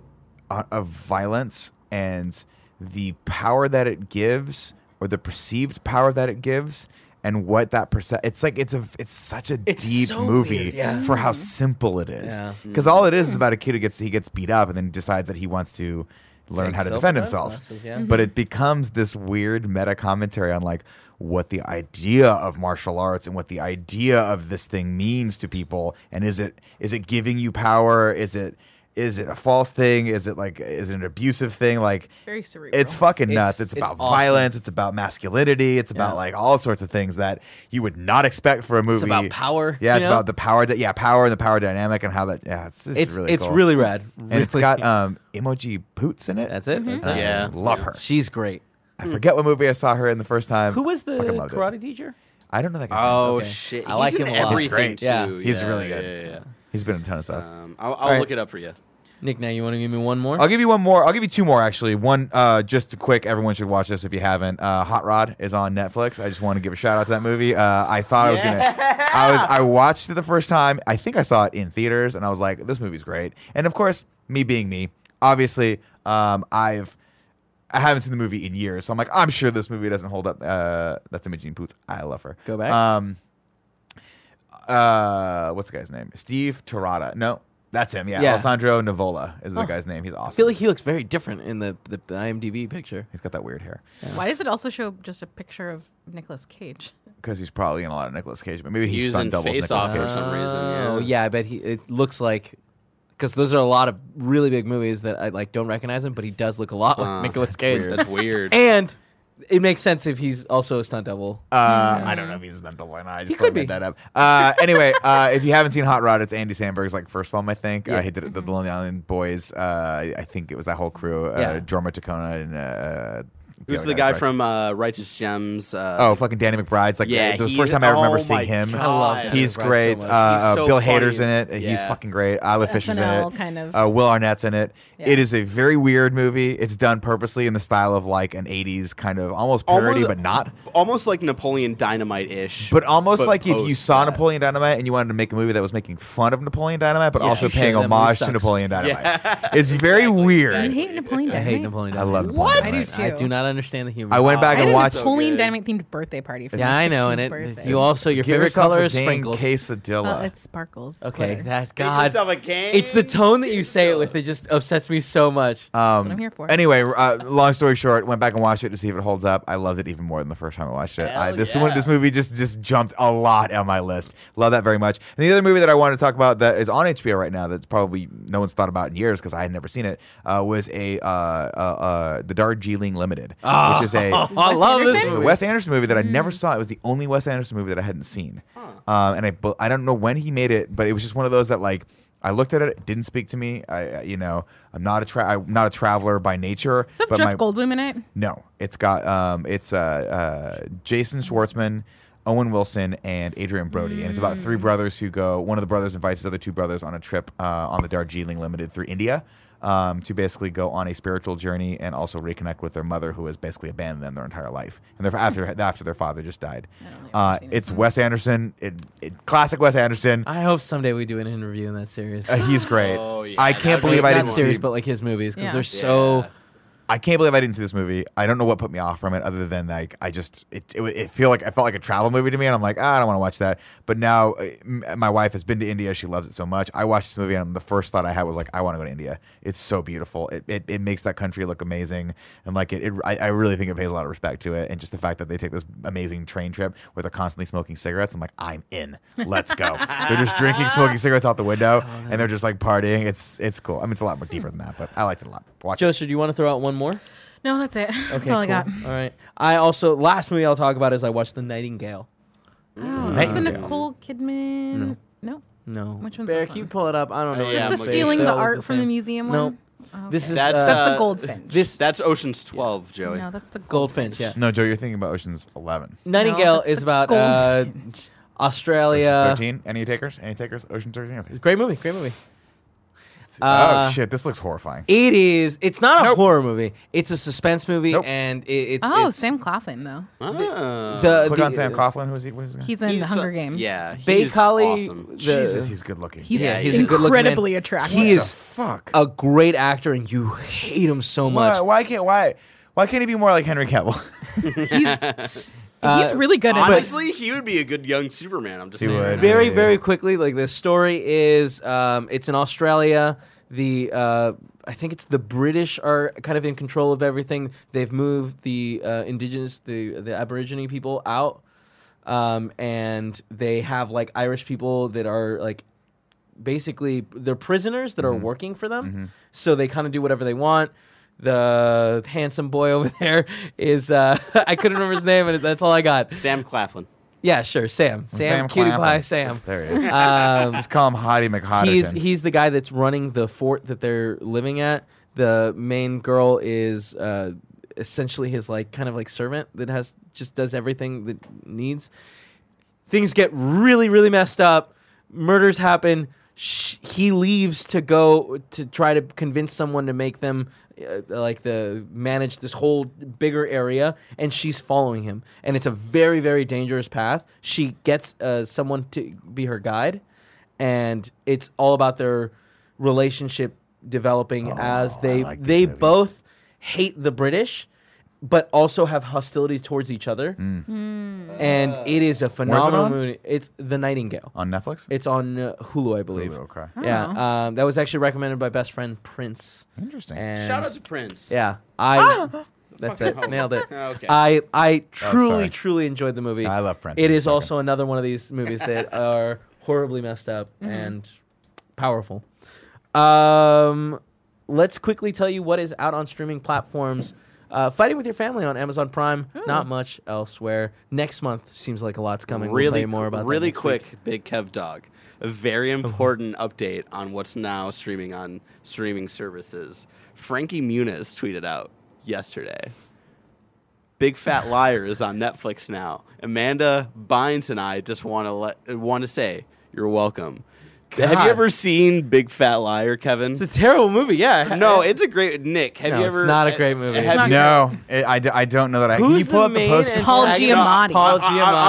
uh, of violence and the power that it gives, or the perceived power that it gives. And what that percent? It's like it's a it's such a
It's
deep
so
movie
weird, yeah.
for how simple it is.
Yeah.
Because all it is is about a kid who gets he gets beat up and then decides that he wants to learn
Take
how to
self-defense
defend himself.
classes, yeah.
But it becomes this weird meta commentary on like what the idea of martial arts and what the idea of this thing means to people and is it is it giving you power? Is it is it a false thing? Is it like is it an abusive thing? Like
Very cerebral.
it's fucking
It's-
nuts. It's,
it's
about
awesome.
violence. It's about masculinity. It's about
Yeah.
like all sorts of things that you would not expect for a movie.
about power,
Yeah,
you
it's
know?
about the power. Di- yeah, power and the power dynamic and how that. Yeah, it's just
it's
really.
it's
cool.
really rad.
And it's
Really-
got um emoji poots in
*laughs*
it.
that's it. That's
Uh,
it.
Yeah.
love her.
she's great.
I forget what movie I saw her in the first time.
Who was the
Fucking loved it.
karate teacher?
I don't know that guy.
Oh
Okay.
shit!
I like
He's
him
in
a lot.
everything
Great.
too.
Yeah.
He's
Yeah,
really good.
Yeah, yeah,
He's been in a ton of stuff.
yeah. Um, I'll, I'll
right.
look it up for you.
Nick, now you want to give me one more?
I'll give you one more. I'll give you two more actually. One, uh, just a quick. Everyone should watch this if you haven't. Uh, Hot Rod is on Netflix. I just want to give a shout out to that movie. Uh, I thought I was gonna. I was. I watched it the first time. I think I saw it in theaters, and I was like, "This movie's great." And of course, me being me, obviously, um, I've. I haven't seen the movie in years, so I'm like, I'm sure this movie doesn't hold up. Uh, that's Imogene Poots. I love her.
Go back.
Um, uh, what's the guy's name? Steve Torada. No, that's him. Yeah,
Yeah.
Alessandro Nivola is the guy's name. He's awesome.
Oh. I feel like he looks very different in the, the, the IMDb picture.
He's got that weird hair
Why does it also show just a picture of Nicolas Cage?
because he's probably in a lot of Nicolas Cage, but maybe he's
He's
done
in
doubles
Face
Nicolas
Off
Cage.
for some reason.
Oh
Yeah.
yeah, I bet he. It looks like because those are a lot of
Ah,
really big movies that I like don't recognize him, but he does look a lot like
Huh.
Nicolas Cage.
That's Uh, weird.
and It makes sense if he's also a stunt double.
Uh, I don't know if he's done double or not. I just
could
made
be.
that up. Uh,
*laughs*
anyway, uh, if you haven't seen Hot Rod, it's Andy Sandberg's like first film, I think.
Yeah. Mm-hmm.
Uh, he did it, the Lonely Island Boys. Uh, I- I think it was that whole crew. Uh,
Yeah.
Jorma Tacona and uh,
Who's
other
the guy
Bryce.
from uh, Righteous Gems? Uh,
Oh, fucking Danny McBride's like
Yeah,
the, the
he-
first time I ever remember
oh my
seeing him.
God. I love Danny
McBride
He's
so
great.
much.
uh, uh,
He's so
Bill
funny.
Hader's in it. He's
Yeah.
fucking great. Isla Fisher's in
SNL
it.
kind of.
Uh, Will Arnett's in it.
Yeah.
It is a very weird movie. It's done purposely in the style of like an '80s kind of almost parody,
Almost-
but not.
almost like Napoleon Dynamite ish.
But almost like if you
post
saw
that.
Napoleon Dynamite and you wanted to make a movie that was making fun of Napoleon Dynamite, but also
sure,
paying
that movie
homage to
sucks.
Napoleon Dynamite.
*laughs*
It's very weird.
I hate Napoleon
I
Dynamite.
hate Napoleon.
I love
Dynamite.
Napoleon
I do
Dynamite.
too.
I do not understand the humor.
I went
Wow.
I
*laughs*
back
did
and
a
watched.
Napoleon
good.
Dynamite themed birthday party for
Yeah,
my
I know,
16th
and it,
birthday.
you also your
Give
favorite
yourself
color
a
is
dang
sprinkles.
quesadilla.
Well, it's sparkles. It's
Okay,
glitter.
that's
Give
God.
yourself a game.
It's the tone that you say it with that just upsets me so much.
Um,
what I'm here for.
Anyway, uh, long story short, went back and watched it to see if it holds up. I loved it even more than the first time I watched it. I,
Hell
this
yeah.
one, this movie just just jumped a lot on my list. Love that very much. And the other movie that I want to talk about that is on HBO right now that's probably no one's thought about in years because I had never seen it uh, was a uh, uh, uh, the Darjeeling Limited, which is
*laughs* Oh,
a
I love this
Anderson? Mm.
movie.
a Wes Anderson movie that I never saw. It was the only Wes Anderson movie that I hadn't seen. Um, and I, bu- I don't know when he made it, but it was just one of those that like I looked at it, it didn't speak to me. I, I- you know, I'm not a tra- I'm not a traveler by nature.
Stuff
but
Jeff
my-
Goldblum in it.
No, it's got um, it's uh, uh, Jason Schwartzman. Owen Wilson and Adrian Brody, and it's about
Hmm.
three brothers who go. One of the brothers invites his other two brothers on a trip uh, on the Darjeeling Limited through India um, to basically go on a spiritual journey and also reconnect with their mother, who has basically abandoned them their entire life, and their after
*laughs*
after their father just died.
think I've ever
Uh,
seen this
it's Wes Anderson. It, it classic Wes Anderson.
I hope someday we do an interview in that
*laughs*
series.
Uh, he's great.
Oh, yeah,
I
that'd
can't
be
believe
a
I
good
didn't
not
one.
series,
see.
but like his movies because
Yeah.
they're so.
Yeah.
I can't believe I didn't see this movie. I don't know what put me off from it, other than like I just it it, it feel like I felt like a travel movie to me, and I'm like ah, I don't want to watch that. But now uh, m- my wife has been to India; she loves it so much. I watched this movie, and the first thought I had was like I want to go to India. It's so beautiful. It, it it makes that country look amazing, and like it, it I, I really think it pays a lot of respect to it, and just the fact that they take this amazing train trip where they're constantly smoking cigarettes. I'm like I'm in. Let's go. they're just drinking, smoking cigarettes out the window, and they're just like partying. It's it's cool. I mean, it's a lot more deeper than that, but I liked it a lot. Watch. it.
Joseph, do you want to throw out one more?
No, that's it. that's all I
cool.
got.
All right. I also last movie I'll talk about is I watched The Nightingale.
Oh, is this the
Nightingale.
Nicole Kidman? No.
No.
Which one's
Barrick,
this
you
one?
pull it up. I don't know. what
Is this
it's
the
based.
stealing
They
the
all look
art from the
same.
museum
No.
one? Oh,
This
okay.
is
That's,
uh,
That's the
uh,
Goldfinch.
this
That's Ocean's Twelve, Joey.
no, that's the
Goldfinch. Yeah.
No, Joe, you're thinking about Ocean's Eleven.
Nightingale
that's
is
the
about uh, Australia.
Ocean's Thirteen. Any takers? Any takers? Ocean's Thirteen. Okay.
Great movie. Great movie.
oh shit, this looks horrifying.
It is. It's not a
Nope.
horror movie. It's a suspense movie,
Nope.
and it, it's
Oh,
it's
Sam Claflin though.
Ah.
The,
Click
the- uh,
on Sam Coughlin. Who is he? What is he?
He's in
He's
the
so-
Hunger Games.
Yeah, he's
Bay Collie.
awesome.
the-
Jesus, he's good looking.
He's
Yeah, he's a good-looking man.
incredibly attractive.
He
What
is
the fuck.
a great actor, and you hate him so
why,
much.
why can't why why can't he be more like Henry Cavill?
He's he's really good at it.
Honestly, he would be a good young Superman. I'm just
He
saying.
would.
very
Yeah.
very quickly like the story is um, it's in australia the uh, i think it's the british are kind of in control of everything they've moved the uh, indigenous the the aborigine people out um, and they have like irish people that are like basically they're prisoners that are
Mm-hmm.
working for them so they kind of do whatever they want the handsome boy *laughs* over there is uh, *laughs* i couldn't remember his name and that's all i got
Sam Claflin.
yeah sure sam sam,
Sam
cutie
Claflin.
pie sam
there he is.
um,
Just call him Hottie McHotterton.
he's he's the guy that's running the fort that they're living at. The main girl is uh, essentially his like kind of like servant that has just does everything that needs. Things get really really messed up. Murders happen. Sh- he leaves to go to try to convince someone to make them uh, like the manage this whole bigger area and she's following him and it's a very very dangerous path she gets uh, someone to be her guide and it's all about their relationship developing as they
Oh, like these
they
movies.
both hate the British, but also have hostilities towards each other.
Mm.
And
Uh,
it is a phenomenal
on?
movie. It's The Nightingale.
on Netflix.
It's on uh, Hulu, I believe.
Hulu, okay.
Yeah, um, that was actually recommended by best friend Prince.
Interesting.
And
Shout out to Prince.
yeah, I. That's
Fucking
it.
hope.
Nailed it.
Okay.
I I truly
Oh, sorry.
truly enjoyed the movie.
I love Prince.
It
He's
is
so good.
also another one of these movies that are horribly messed up and powerful. Um, let's quickly tell you what is out on streaming platforms Uh, Fighting with Your Family on Amazon Prime. Not much elsewhere. Next month seems like a lot's coming. We'll tell
really,
you more about that
really
next week.
quick, Big Kev Dog. A very important update on what's now streaming on streaming services. Frankie Muniz tweeted out yesterday. Big Fat Liar is on Netflix now. Amanda Bynes and I just want to let want to say you're welcome. Have
God.
you ever seen Big Fat Liar, Kevin?
It's a terrible movie. Yeah.
*laughs*
no, it's a great Nick. Have
No,
you
it's
ever?
not a
eh,
great movie.
have
not
you-
No, I, I d- I don't know that. I can
Who's
you pull
the
up the
main
poster?
Paul
antagonist?
Giamatti.
Paul
I,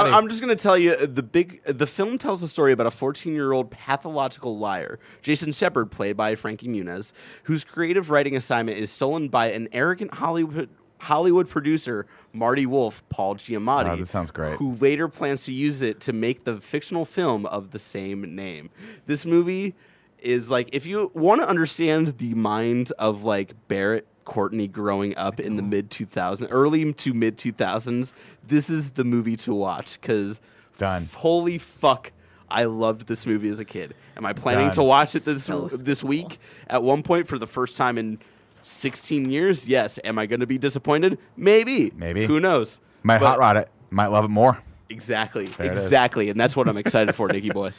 Giamatti.
am just going to tell you uh, the big uh, the film tells the story about a 14 year old pathological liar, Jason Shepard, played by Frankie Muniz, whose creative writing assignment is stolen by an arrogant Hollywood. Hollywood producer Marty Wolf, Paul Giamatti,
Oh, this sounds great.
who later plans to use it to make the fictional film of the same name. This movie is like if you want to understand the mind of like Barrett Courtney growing up in the mid 2000s, early to mid 2000s, this is the movie to watch because
Done.
holy fuck. I loved this movie as a kid. Am I planning
Done.
to watch it this
So
this
cool.
week at one point for the first time in 16 years? Yes. Am I going to be disappointed? Maybe.
Maybe.
Who knows?
Might
But-
hot rod it. Might love it more.
Exactly.
it is.
exactly. And that's what I'm excited for,
*laughs*
Nikki boy.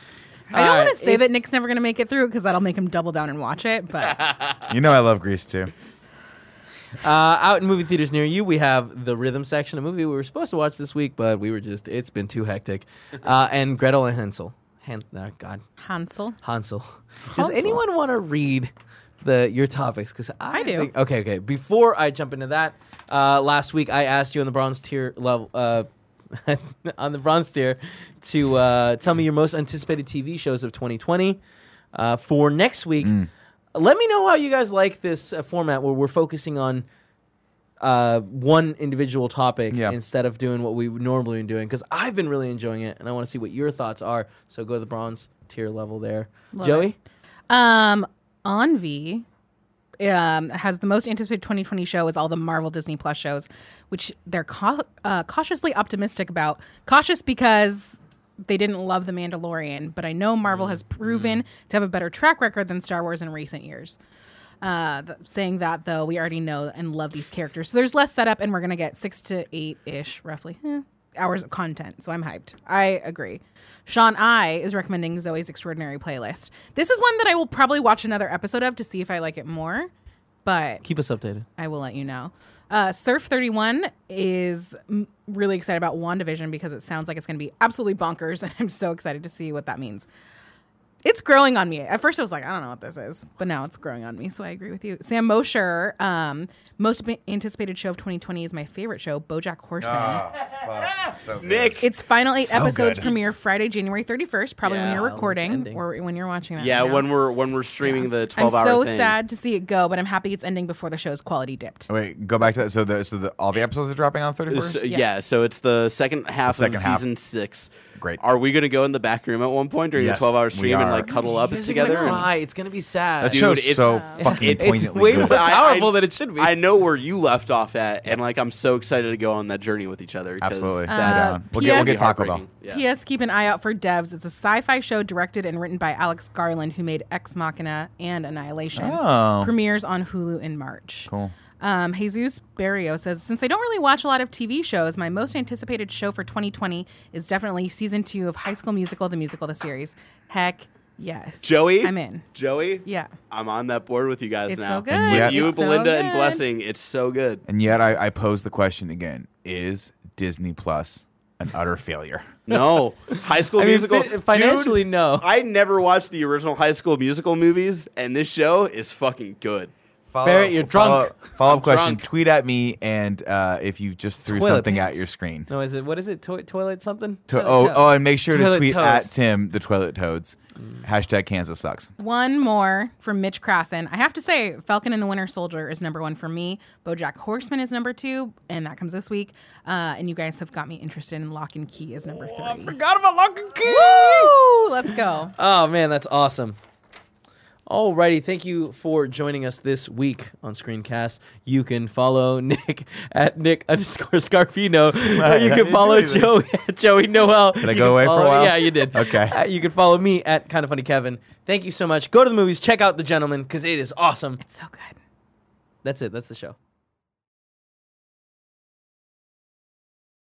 I don't
All
want
right,
to say
if-
that Nick's never going to make it through because that'll make him double down and watch it. But
You know I love Grease too.
Uh, out in movie theaters near you, we have the Rhythm section, a movie we were supposed to watch this week, but we were just—it's been too hectic. Uh, and Gretel and Hansel. Han- oh, God,
Hansel,
*laughs* Hansel. Does anyone want to read the your topics? Because I,
I do.
think- okay, okay. Before I jump into that, uh, last week I asked you on the bronze tier level. Uh, *laughs* on the bronze tier to uh, tell me your most anticipated TV shows of 2020 uh, for next week. Let me know how you guys like this uh, format where we're focusing on uh, one individual topic
Yeah.
instead of doing what we've normally been doing because I've been really enjoying it and I want to see what your thoughts are. So go to the bronze tier level there.
Love
Joey?
it. um, Envy um, has the most anticipated 2020 show is all the Marvel Disney Plus shows, which they're cau- uh, cautiously optimistic about. Cautious because they didn't love The Mandalorian, but I know Marvel has proven to have a better track record than Star Wars in recent years. Uh, th- saying that though, we already know and love these characters, so there's less setup, and we're gonna get six to eight ish, roughly, eh, hours of content. So I'm hyped. I agree. Sean I is recommending Zoe's Extraordinary Playlist. This is one that I will probably watch another episode of to see if I like it more, but
Keep us updated.
I will let you know. Uh, Surf 31 is m- really excited about WandaVision because it sounds like it's going to be absolutely bonkers, *laughs* and I'm so excited to see what that means. It's growing on me. At first, I was like, I don't know what this is, but now it's growing on me, so I agree with you. Sam Mosher, um, most ba- anticipated show of 2020 is my favorite show, Bojack Horseman.
Ah, Nick.
It's final eight episodes
good.
premiere Friday, January 31st, probably when
Yeah,
you're
when it's
recording
ending.
or when you're watching that.
Yeah,
right now.
when we're when we're streaming the
I'm
12 hour
so
thing.
sad to see it go, but I'm happy it's ending before the show's quality dipped.
Wait, go back to that. So the so the all the episodes are dropping on thirty
So-
first.
yeah.
Yeah.
so it's the second half
The second
of
half.
season six.
Great.
Are we going to go in the back room at one point during
Yes,
the 12 hour
we
stream and
are.
like cuddle up
You guys are
together?
Gonna
and-
cry. It's gonna be sad.
That
Dude,
show's
it's-
so fucking
it's
poignantly
way
good.
more- powerful than it should be.
I know where you left off at, and like I'm so excited to go on that journey with each other. 'cause
Absolutely.
that's-
Uh, We'll get-
we'll get
P.S.
Taco Bell.
heartbreaking. Yeah.
P.S. Keep an eye out for Devs. It's a sci-fi show directed and written by Alex Garland, who made Ex Machina and Annihilation.
Oh.
Premieres on Hulu in March.
Cool.
Um, Jesus Barrio says, since I don't really watch a lot of TV shows, my most anticipated show for 2020 is definitely season two of High School Musical, the musical, the series. Heck yes.
Joey?
I'm in.
Joey?
Yeah.
I'm on that board with you guys
It's
now.
so good.
With
yet-
you,
It's so
Belinda, and
good.
Blessing, it's so good.
And yet I, I pose the question again: Is Disney Plus an utter failure?
No, High School
I mean,
Musical.
fi- financially,
Dude,
no.
I never watched the original High School Musical movies, and this show is fucking good.
Follow,
Barrett, you're drunk.
Follow up question:
drunk.
Tweet at me, and uh, if you just threw
Toilet
something
pants.
at your screen,
No, is it what is it? To- toilet something?
To- oh,
toads.
oh, and make sure to
Toilet
tweet
toads.
at Tim the toilet toads. Hashtag Kansas sucks.
One more from Mitch Crassen. I have to say, Falcon and the Winter Soldier is number one for me. BoJack Horseman is number two, and that comes this week. Uh, and you guys have got me interested in Lock and Key is number three.
God Oh, about lock and key.
Woo! Let's go.
Oh man, that's awesome. Alrighty, thank you for joining us this week on Screencast. You can follow *laughs* Nick at Nick underscore
*laughs*
Scarpino. Or you
I
can
didn't
follow
do anything.
Joey *laughs* at Joey Noel.
I
You
go
can
away for a
follow-
while?
Yeah, you did.
Okay.
Uh, you can follow me at Kind of Funny Kevin. Thank you so much. Go to the movies, check out The Gentleman because it is awesome.
So good.
That's it. That's the show.